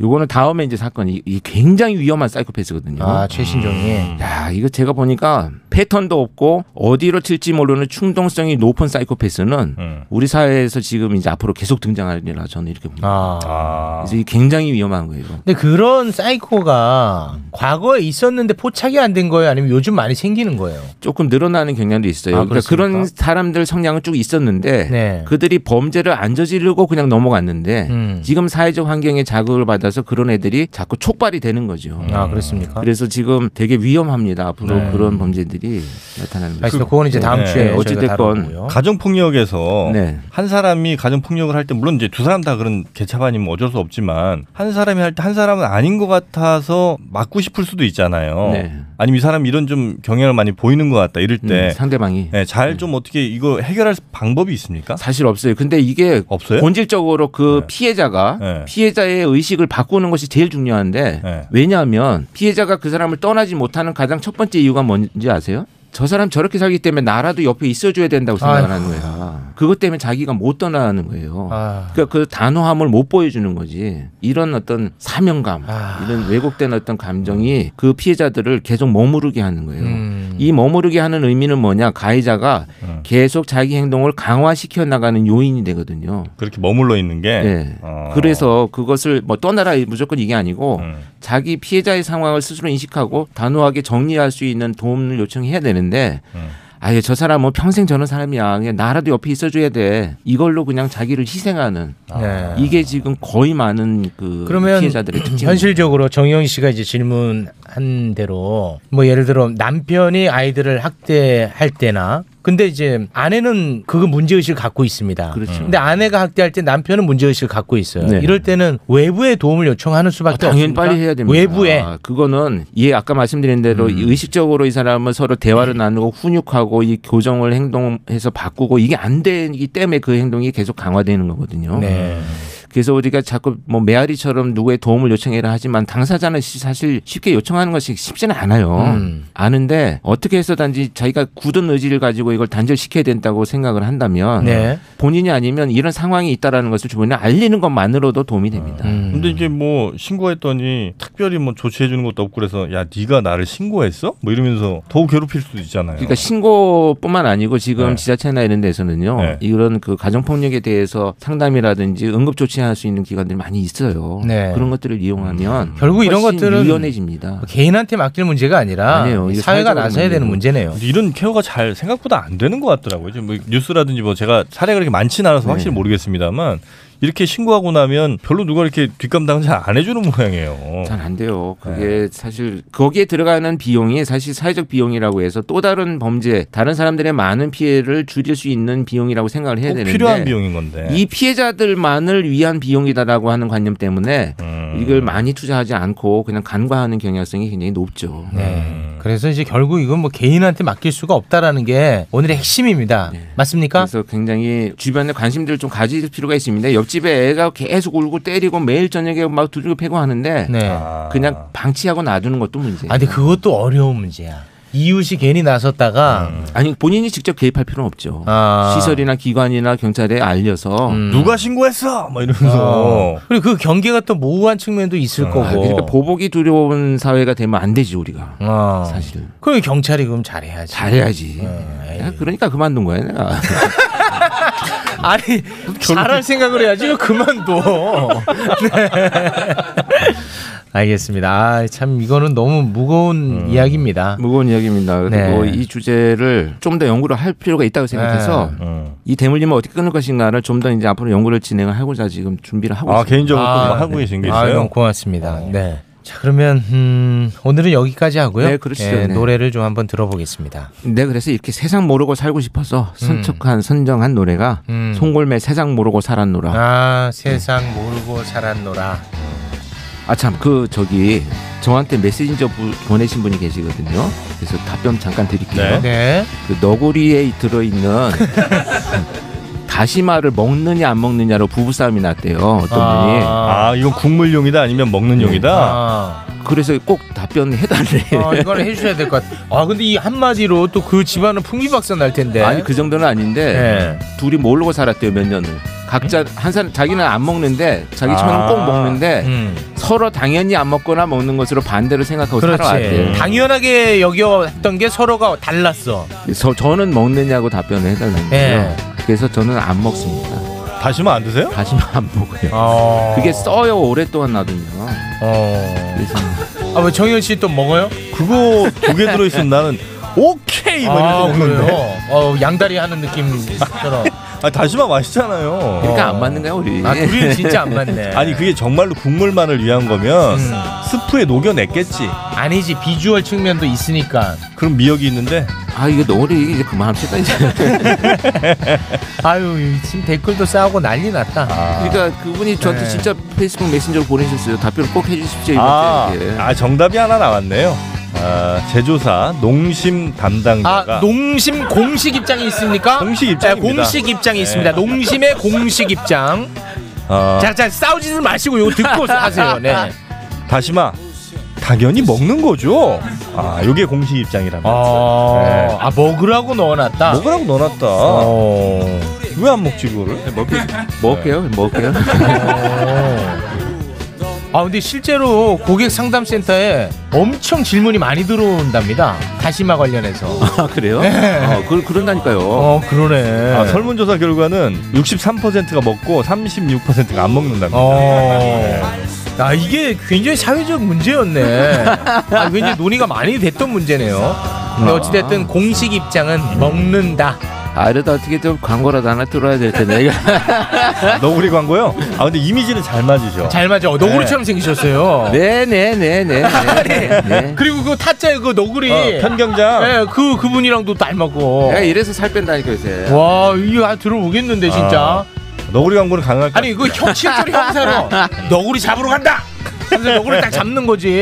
Speaker 10: 요거는 다음에 이제 사건이 이 굉장히 위험한 사이코패스거든요.
Speaker 4: 아, 최신종이.
Speaker 10: 야 이거 제가 보니까 패턴도 없고 어디로 튈지 모르는 충동성이 높은 사이코패스는
Speaker 3: 음.
Speaker 10: 우리 사회에서 지금 이제 앞으로 계속 등장하리라 저는 이렇게 봅니다.
Speaker 4: 아.
Speaker 3: 아.
Speaker 10: 그래서 이 굉장히 위험한 거예요.
Speaker 4: 근데 그런 사이코가 과거에 있었는데 포착이 안 된 거예요? 아니면 요즘 많이 생기는 거예요?
Speaker 10: 조금 늘어나는 경향도 있어요.
Speaker 4: 아,
Speaker 10: 그러니까
Speaker 4: 그렇습니까?
Speaker 10: 그런 사람들 성향은 쭉 있었는데
Speaker 4: 네.
Speaker 10: 그들이 범죄를 안 저지르고 그냥 넘어갔는데
Speaker 4: 음.
Speaker 10: 지금 사회적 환경에 자극을 받아서 그런 애들이 자꾸 촉발이 되는 거죠.
Speaker 4: 아, 그렇습니까?
Speaker 10: 음. 그래서 지금 되게 위험합니다. 앞으로
Speaker 4: 네.
Speaker 10: 그런 범죄들이 나타나는 거죠.
Speaker 4: 알겠습니다. 그건 이제 다음
Speaker 3: 네.
Speaker 4: 주에
Speaker 10: 어찌됐건
Speaker 4: 저희가 다뤄보고요.
Speaker 3: 가정 폭력에서
Speaker 10: 네.
Speaker 3: 한 사람이 가정 폭력을 할 때 물론 이제 두 사람 다 그런 개차반이면 어쩔 수 없지만 한 사람이 할 때 한 사람은 아닌 것 같아서 맞고 싶을 수도 있잖아요.
Speaker 10: 네.
Speaker 3: 아니면 이 사람 이런 좀 경향을 많이 보이는 것 같다 이럴
Speaker 10: 음,
Speaker 3: 때 네,
Speaker 10: 상대방이
Speaker 3: 잘 좀 어떻게 이거 해결할 방법이 있습니까?
Speaker 10: 사실 없어요. 근데 이게
Speaker 3: 없어요?
Speaker 10: 본질적으로 그
Speaker 3: 네.
Speaker 10: 피해자가
Speaker 3: 네.
Speaker 10: 피해자의 의식을 바꾸는 것이 제일 중요한데
Speaker 3: 네.
Speaker 10: 왜냐하면 피해자가 그 사람을 떠나지 못하는 가장 첫 번째 이유가 뭔지 아세요? 저 사람 저렇게 살기 때문에 나라도 옆에 있어줘야 된다고 생각을
Speaker 4: 아이고.
Speaker 10: 하는 거야. 그것 때문에 자기가 못 떠나는 거예요.
Speaker 4: 아.
Speaker 10: 그러니까 그 단호함을 못 보여주는 거지. 이런 어떤 사명감,
Speaker 4: 아.
Speaker 10: 이런 왜곡된 어떤 감정이 그 피해자들을 계속 머무르게 하는 거예요.
Speaker 4: 음.
Speaker 10: 이 머무르게 하는 의미는 뭐냐? 가해자가
Speaker 3: 어.
Speaker 10: 계속 자기 행동을 강화시켜 나가는 요인이 되거든요.
Speaker 3: 그렇게 머물러 있는 게.
Speaker 10: 예.
Speaker 3: 어.
Speaker 10: 그래서 그것을 뭐 떠나라 무조건 이게 아니고
Speaker 3: 음.
Speaker 10: 자기 피해자의 상황을 스스로 인식하고 단호하게 정리할 수 있는 도움을 요청해야 되는데
Speaker 3: 음.
Speaker 10: 아예 저 사람은 뭐 평생 저런 사람이야 그냥 나라도 옆에 있어줘야 돼 이걸로 그냥 자기를 희생하는
Speaker 3: 아.
Speaker 4: 네.
Speaker 10: 이게 지금 거의 많은 그
Speaker 4: 그러면
Speaker 10: 피해자들의 특징
Speaker 4: 현실적으로 정영 씨가 이제 질문한 대로 뭐 예를 들어 남편이 아이들을 학대할 때나 근데 이제 아내는 그거 문제 의식을 갖고 있습니다.
Speaker 10: 그렇죠.
Speaker 4: 근데 아내가 학대할 때 남편은 문제 의식을 갖고 있어요.
Speaker 10: 네.
Speaker 4: 이럴 때는 외부의 도움을 요청하는
Speaker 10: 아,
Speaker 4: 수밖에
Speaker 10: 당연히
Speaker 4: 없습니까?
Speaker 10: 빨리 해야 됩니다.
Speaker 4: 외부에 음.
Speaker 10: 아, 그거는 예 아까 말씀드린 대로 이 의식적으로 이 사람은 서로
Speaker 4: 네.
Speaker 10: 대화를 나누고 훈육하고 이 교정을 행동해서 바꾸고 이게 안 되기 때문에 그 행동이 계속 강화되는 거거든요.
Speaker 4: 네.
Speaker 10: 그래서 우리가 자꾸 뭐 메아리처럼 누구의 도움을 요청해라 하지만 당사자는 시- 사실 쉽게 요청하는 것이 쉽지는 않아요.
Speaker 4: 음.
Speaker 10: 아는데 어떻게 해서든지 자기가 굳은 의지를 가지고 이걸 단절시켜야 된다고 생각을 한다면
Speaker 4: 네.
Speaker 10: 본인이 아니면 이런 상황이 있다라는 것을 주변에 알리는 것만으로도 도움이 됩니다.
Speaker 4: 음.
Speaker 3: 근데 이게 뭐 신고했더니 특별히 뭐 조치해 주는 것도 없고 그래서 야 네가 나를 신고했어? 뭐 이러면서 더 괴롭힐 수도 있잖아요.
Speaker 10: 그러니까 신고뿐만 아니고 지금
Speaker 3: 네.
Speaker 10: 지자체나 이런 데서는요
Speaker 3: 네.
Speaker 10: 이런 그 가정 폭력에 대해서 상담이라든지 응급 조치 할 수 있는 기관들이 많이 있어요.
Speaker 4: 네. 음.
Speaker 10: 그런 것들을 이용하면
Speaker 4: 결국 이런
Speaker 10: 훨씬
Speaker 4: 것들은 어.
Speaker 10: 유연해집니다.
Speaker 4: 개인한테 맡길 문제가 아니라
Speaker 10: 아니에요. 이게
Speaker 4: 사회가
Speaker 10: 사회적으로
Speaker 4: 나서야 되는 문제네요.
Speaker 3: 이런 케어가 잘 생각보다 안 되는 것 같더라고요. 지금 뭐 뉴스라든지 뭐 제가 사례가 그렇게 많지는 않아서 확실히 모르겠습니다만 이렇게 신고하고 나면 별로 누가 이렇게 뒷감당을 잘 안 해주는 모양이에요.
Speaker 10: 잘 안 돼요. 그게
Speaker 4: 네.
Speaker 10: 사실 거기에 들어가는 비용이 사실 사회적 비용이라고 해서 또 다른 범죄, 다른 사람들의 많은 피해를 줄일 수 있는 비용이라고 생각을 해야
Speaker 3: 꼭
Speaker 10: 되는데
Speaker 3: 필요한 비용인 건데.
Speaker 4: 네.
Speaker 10: 이 피해자들만을 위한 비용이다라고 하는 관념 때문에
Speaker 4: 음.
Speaker 10: 이걸 많이 투자하지 않고 그냥 간과하는 경향성이 굉장히 높죠.
Speaker 3: 음.
Speaker 4: 네. 그래서 이제 결국 이건 뭐 개인한테 맡길 수가 없다라는 게 오늘의 핵심입니다. 맞습니까?
Speaker 10: 네. 그래서 굉장히 주변에 관심들을 좀 가질 필요가 있습니다. 옆집에 애가 계속 울고 때리고 매일 저녁에 막 두들겨 패고 하는데
Speaker 4: 네.
Speaker 10: 그냥 방치하고 놔두는 것도 문제예요.
Speaker 4: 아, 근데 그것도 어려운 문제야. 이웃이 괜히 나섰다가
Speaker 10: 아니 본인이 직접 개입할 필요는 없죠.
Speaker 4: 아.
Speaker 10: 음.
Speaker 4: 음.
Speaker 10: 시설이나 기관이나 경찰에 알려서
Speaker 3: 누가 신고했어? 막 이러면서.
Speaker 4: 그리고 그 경계가 또 모호한 측면도 있을
Speaker 10: 아,
Speaker 4: 거고.
Speaker 10: 그러니까 보복이 두려운 사회가 되면 안 되지 우리가
Speaker 4: 어.
Speaker 10: 사실
Speaker 4: 그럼 경찰이 그럼 잘해야지.
Speaker 10: 잘해야지.
Speaker 4: 에이.
Speaker 10: 야, 그러니까 그만둔 거야 내가.
Speaker 4: 아니 잘할 생각을 해야지 이거 그만둬. 네. 알겠습니다. 아, 참 이거는 너무
Speaker 10: 음.
Speaker 4: 무거운 이야기입니다.
Speaker 10: 무거운 이야기입니다. 그리고
Speaker 4: 아. 네.
Speaker 10: 이 주제를 좀 더 연구를 할 필요가 있다고 생각해서
Speaker 3: 음.
Speaker 10: 이 대물림을 어떻게 끊을 것인가를 좀 더 이제 앞으로 연구를 진행을 하고자 지금 준비를 하고
Speaker 3: 아
Speaker 10: 있습니다.
Speaker 3: 개인적으로
Speaker 4: 아,
Speaker 3: 또 하고 계신 게
Speaker 4: 아,
Speaker 3: 있어요.
Speaker 4: 너무 고맙습니다. 네. 자 그러면 음, 오늘은 여기까지 하고요.
Speaker 10: 네, 그러시죠.
Speaker 4: 예,
Speaker 10: 네.
Speaker 4: 노래를 좀 한번 들어보겠습니다.
Speaker 10: 네, 그래서 이렇게 세상 모르고 살고 싶어서 선척한 선정한 노래가
Speaker 4: 음.
Speaker 10: 송골매 세상 모르고 살았노라.
Speaker 4: 아 세상 모르고 살았노라.
Speaker 10: 아 참 그 저기 저한테 메신저 부- 보내신 분이 계시거든요. 그래서 답변 잠깐 드릴게요.
Speaker 4: 네.
Speaker 10: 그 너구리에 들어있는 다시마를 먹느냐 안 먹느냐로 부부싸움이 났대요. 어떤 분이.
Speaker 3: 아, 이건 국물용이다 아니면 먹는 용이다.
Speaker 4: 아,
Speaker 10: 그래서 꼭 답변해달래.
Speaker 4: 어, 이거는 해주셔야 될 것 같아. 아, 근데 이 한마디로 또 그 집안은 풍비박산 날 텐데.
Speaker 10: 아니 그 정도는 아닌데
Speaker 4: 네.
Speaker 10: 둘이 모르고 살았대요 몇 년을. 각자 한 사람 자기는 안 먹는데 자기 처럼
Speaker 3: 아.
Speaker 10: 꼭 먹는데
Speaker 4: 음.
Speaker 10: 서로 당연히 안 먹거나 먹는 것으로 반대로 생각하고
Speaker 3: 음.
Speaker 4: 그렇지. 음.
Speaker 10: 살아왔대요.
Speaker 4: 당연하게 여겼던 게 서로가 달랐어.
Speaker 10: 그래서 저는 먹느냐고 답변을 해달라는 거예요.
Speaker 4: 네.
Speaker 10: 그래서 저는 안 먹습니다.
Speaker 3: 다시마 안 드세요?
Speaker 10: 다시마 안 먹어요. 그게 써요 오랫동안 놔두면.
Speaker 4: 어.
Speaker 10: 그래서
Speaker 4: 아, 왜 정현 씨 또 먹어요?
Speaker 3: 그거 두 개 들어있으면 나는 오케이 막 이러면서
Speaker 4: 아,
Speaker 3: 먹는데.
Speaker 4: 그래요? 어, 양다리 하는 느낌처럼.
Speaker 3: 아 다시마 맛있잖아요.
Speaker 10: 그러니까 안 맞는 거야 우리.
Speaker 4: 아, 둘이 진짜 안 맞네.
Speaker 3: 아니 그게 정말로 국물만을 위한 거면
Speaker 4: 음.
Speaker 3: 스프에 녹여냈겠지.
Speaker 4: 아니지, 비주얼 측면도 있으니까.
Speaker 3: 그럼 미역이 있는데
Speaker 10: 아 이거 너구리 이제 그만합시다 이제.
Speaker 4: 아유, 지금 댓글도 싸우고 난리 났다.
Speaker 10: 그러니까 그분이 저한테
Speaker 4: 아. 네.
Speaker 10: 진짜 페이스북 메신저로 보내셨어요. 답변을 꼭 해주십시오.
Speaker 3: 아,
Speaker 10: 이렇게. 예.
Speaker 3: 아 정답이 하나 나왔네요. 아, 제조사 농심 담당자가
Speaker 4: 아, 농심 공식 입장이 있습니까?
Speaker 3: 공식 입장입니다.
Speaker 4: 네, 공식 입장이 있습니다.
Speaker 3: 네.
Speaker 4: 농심의 공식 입장.
Speaker 3: 어,
Speaker 4: 자, 자, 싸우지 마시고 이거 듣고 하세요.
Speaker 3: 아.
Speaker 4: 네.
Speaker 3: 다시마 당연히 먹는 거죠. 아 이게 공식 입장이라면
Speaker 4: 아,
Speaker 3: 네.
Speaker 4: 아 먹으라고 넣어놨다.
Speaker 3: 먹으라고 넣어놨다.
Speaker 4: 어.
Speaker 3: 왜 안 먹지 그거를?
Speaker 10: 네, 먹을게요. 먹을게요.
Speaker 4: 아 근데 실제로 고객 상담센터에 엄청 질문이 많이 들어온답니다. 다시마 관련해서.
Speaker 10: 아 그래요?
Speaker 3: 네.
Speaker 10: 어, 그, 그런다니까요.
Speaker 4: 어 그러네.
Speaker 3: 아, 설문조사 결과는 63%가 먹고 36%가 안 먹는답니다.
Speaker 4: 어. 아 이게 굉장히 사회적 문제였네. 아 굉장히 논의가 많이 됐던 문제네요. 근데 어찌됐든 공식 입장은 먹는다.
Speaker 10: 아 이러다 어떻게 좀 광고라도 하나 들어야 될 텐데. 이거.
Speaker 3: 너구리 광고요? 아 근데 이미지는 잘 맞으죠.
Speaker 4: 잘 맞아. 어, 너구리처럼 생기셨어요.
Speaker 10: 네네네네.
Speaker 3: 아,
Speaker 10: 네, 네.
Speaker 4: 그리고 그 타짜의 그 너구리.
Speaker 3: 어, 편경장.
Speaker 4: 예, 그 그분이랑도
Speaker 3: 어.
Speaker 4: 닮았고.
Speaker 10: 내가 이래서 살 뺀다니까 요새.
Speaker 4: 와, 이거 아, 들어오겠는데 진짜.
Speaker 3: 아. 너구리 광고는 강할 것
Speaker 4: 아니 그 형칠절 형사로 너구리 잡으러 간다. 그래서 너구리 딱 잡는 거지.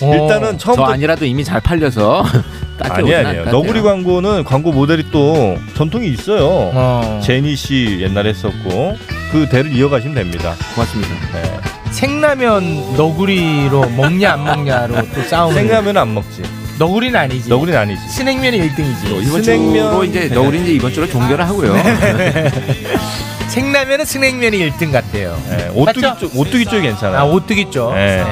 Speaker 4: 어.
Speaker 3: 일단은
Speaker 10: 저
Speaker 3: 처음부터
Speaker 10: 아니라도 이미 잘 팔려서.
Speaker 3: 아니 아니에요. 너구리 광고는 광고 모델이 또 전통이 있어요.
Speaker 4: 어.
Speaker 3: 제니 씨 옛날에 했었고 그 대를 이어가시면 됩니다.
Speaker 10: 고맙습니다.
Speaker 4: 생라면 너구리로 먹냐 안 먹냐로 또 싸우는.
Speaker 3: 생라면 안 먹지.
Speaker 4: 너구리는 아니지.
Speaker 3: 너구리는 아니지.
Speaker 4: 스낵면이 1등이지.
Speaker 10: 이번
Speaker 3: 스낵면- 네.
Speaker 10: 주로 이제 너구리 이제 이번 주로 종결을 하고요. 네,
Speaker 4: 생라면은 스낵면이 1등 같대요.
Speaker 3: 예, 오뚜기
Speaker 4: 맞죠?
Speaker 3: 쪽 오뚜기 쪽이 괜찮아.
Speaker 4: 아 오뚜기 죠
Speaker 3: 네.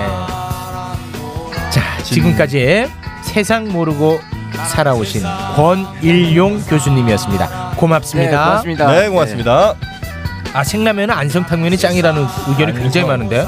Speaker 4: 자 지금까지 세상 모르고 살아오신 권일용 교수님이었습니다.
Speaker 10: 네,
Speaker 4: 고맙습니다.
Speaker 10: 고맙습니다.
Speaker 3: 네 고맙습니다.
Speaker 4: 아 생라면은 안성탕면이 짱이라는 의견이 굉장히 많은데요.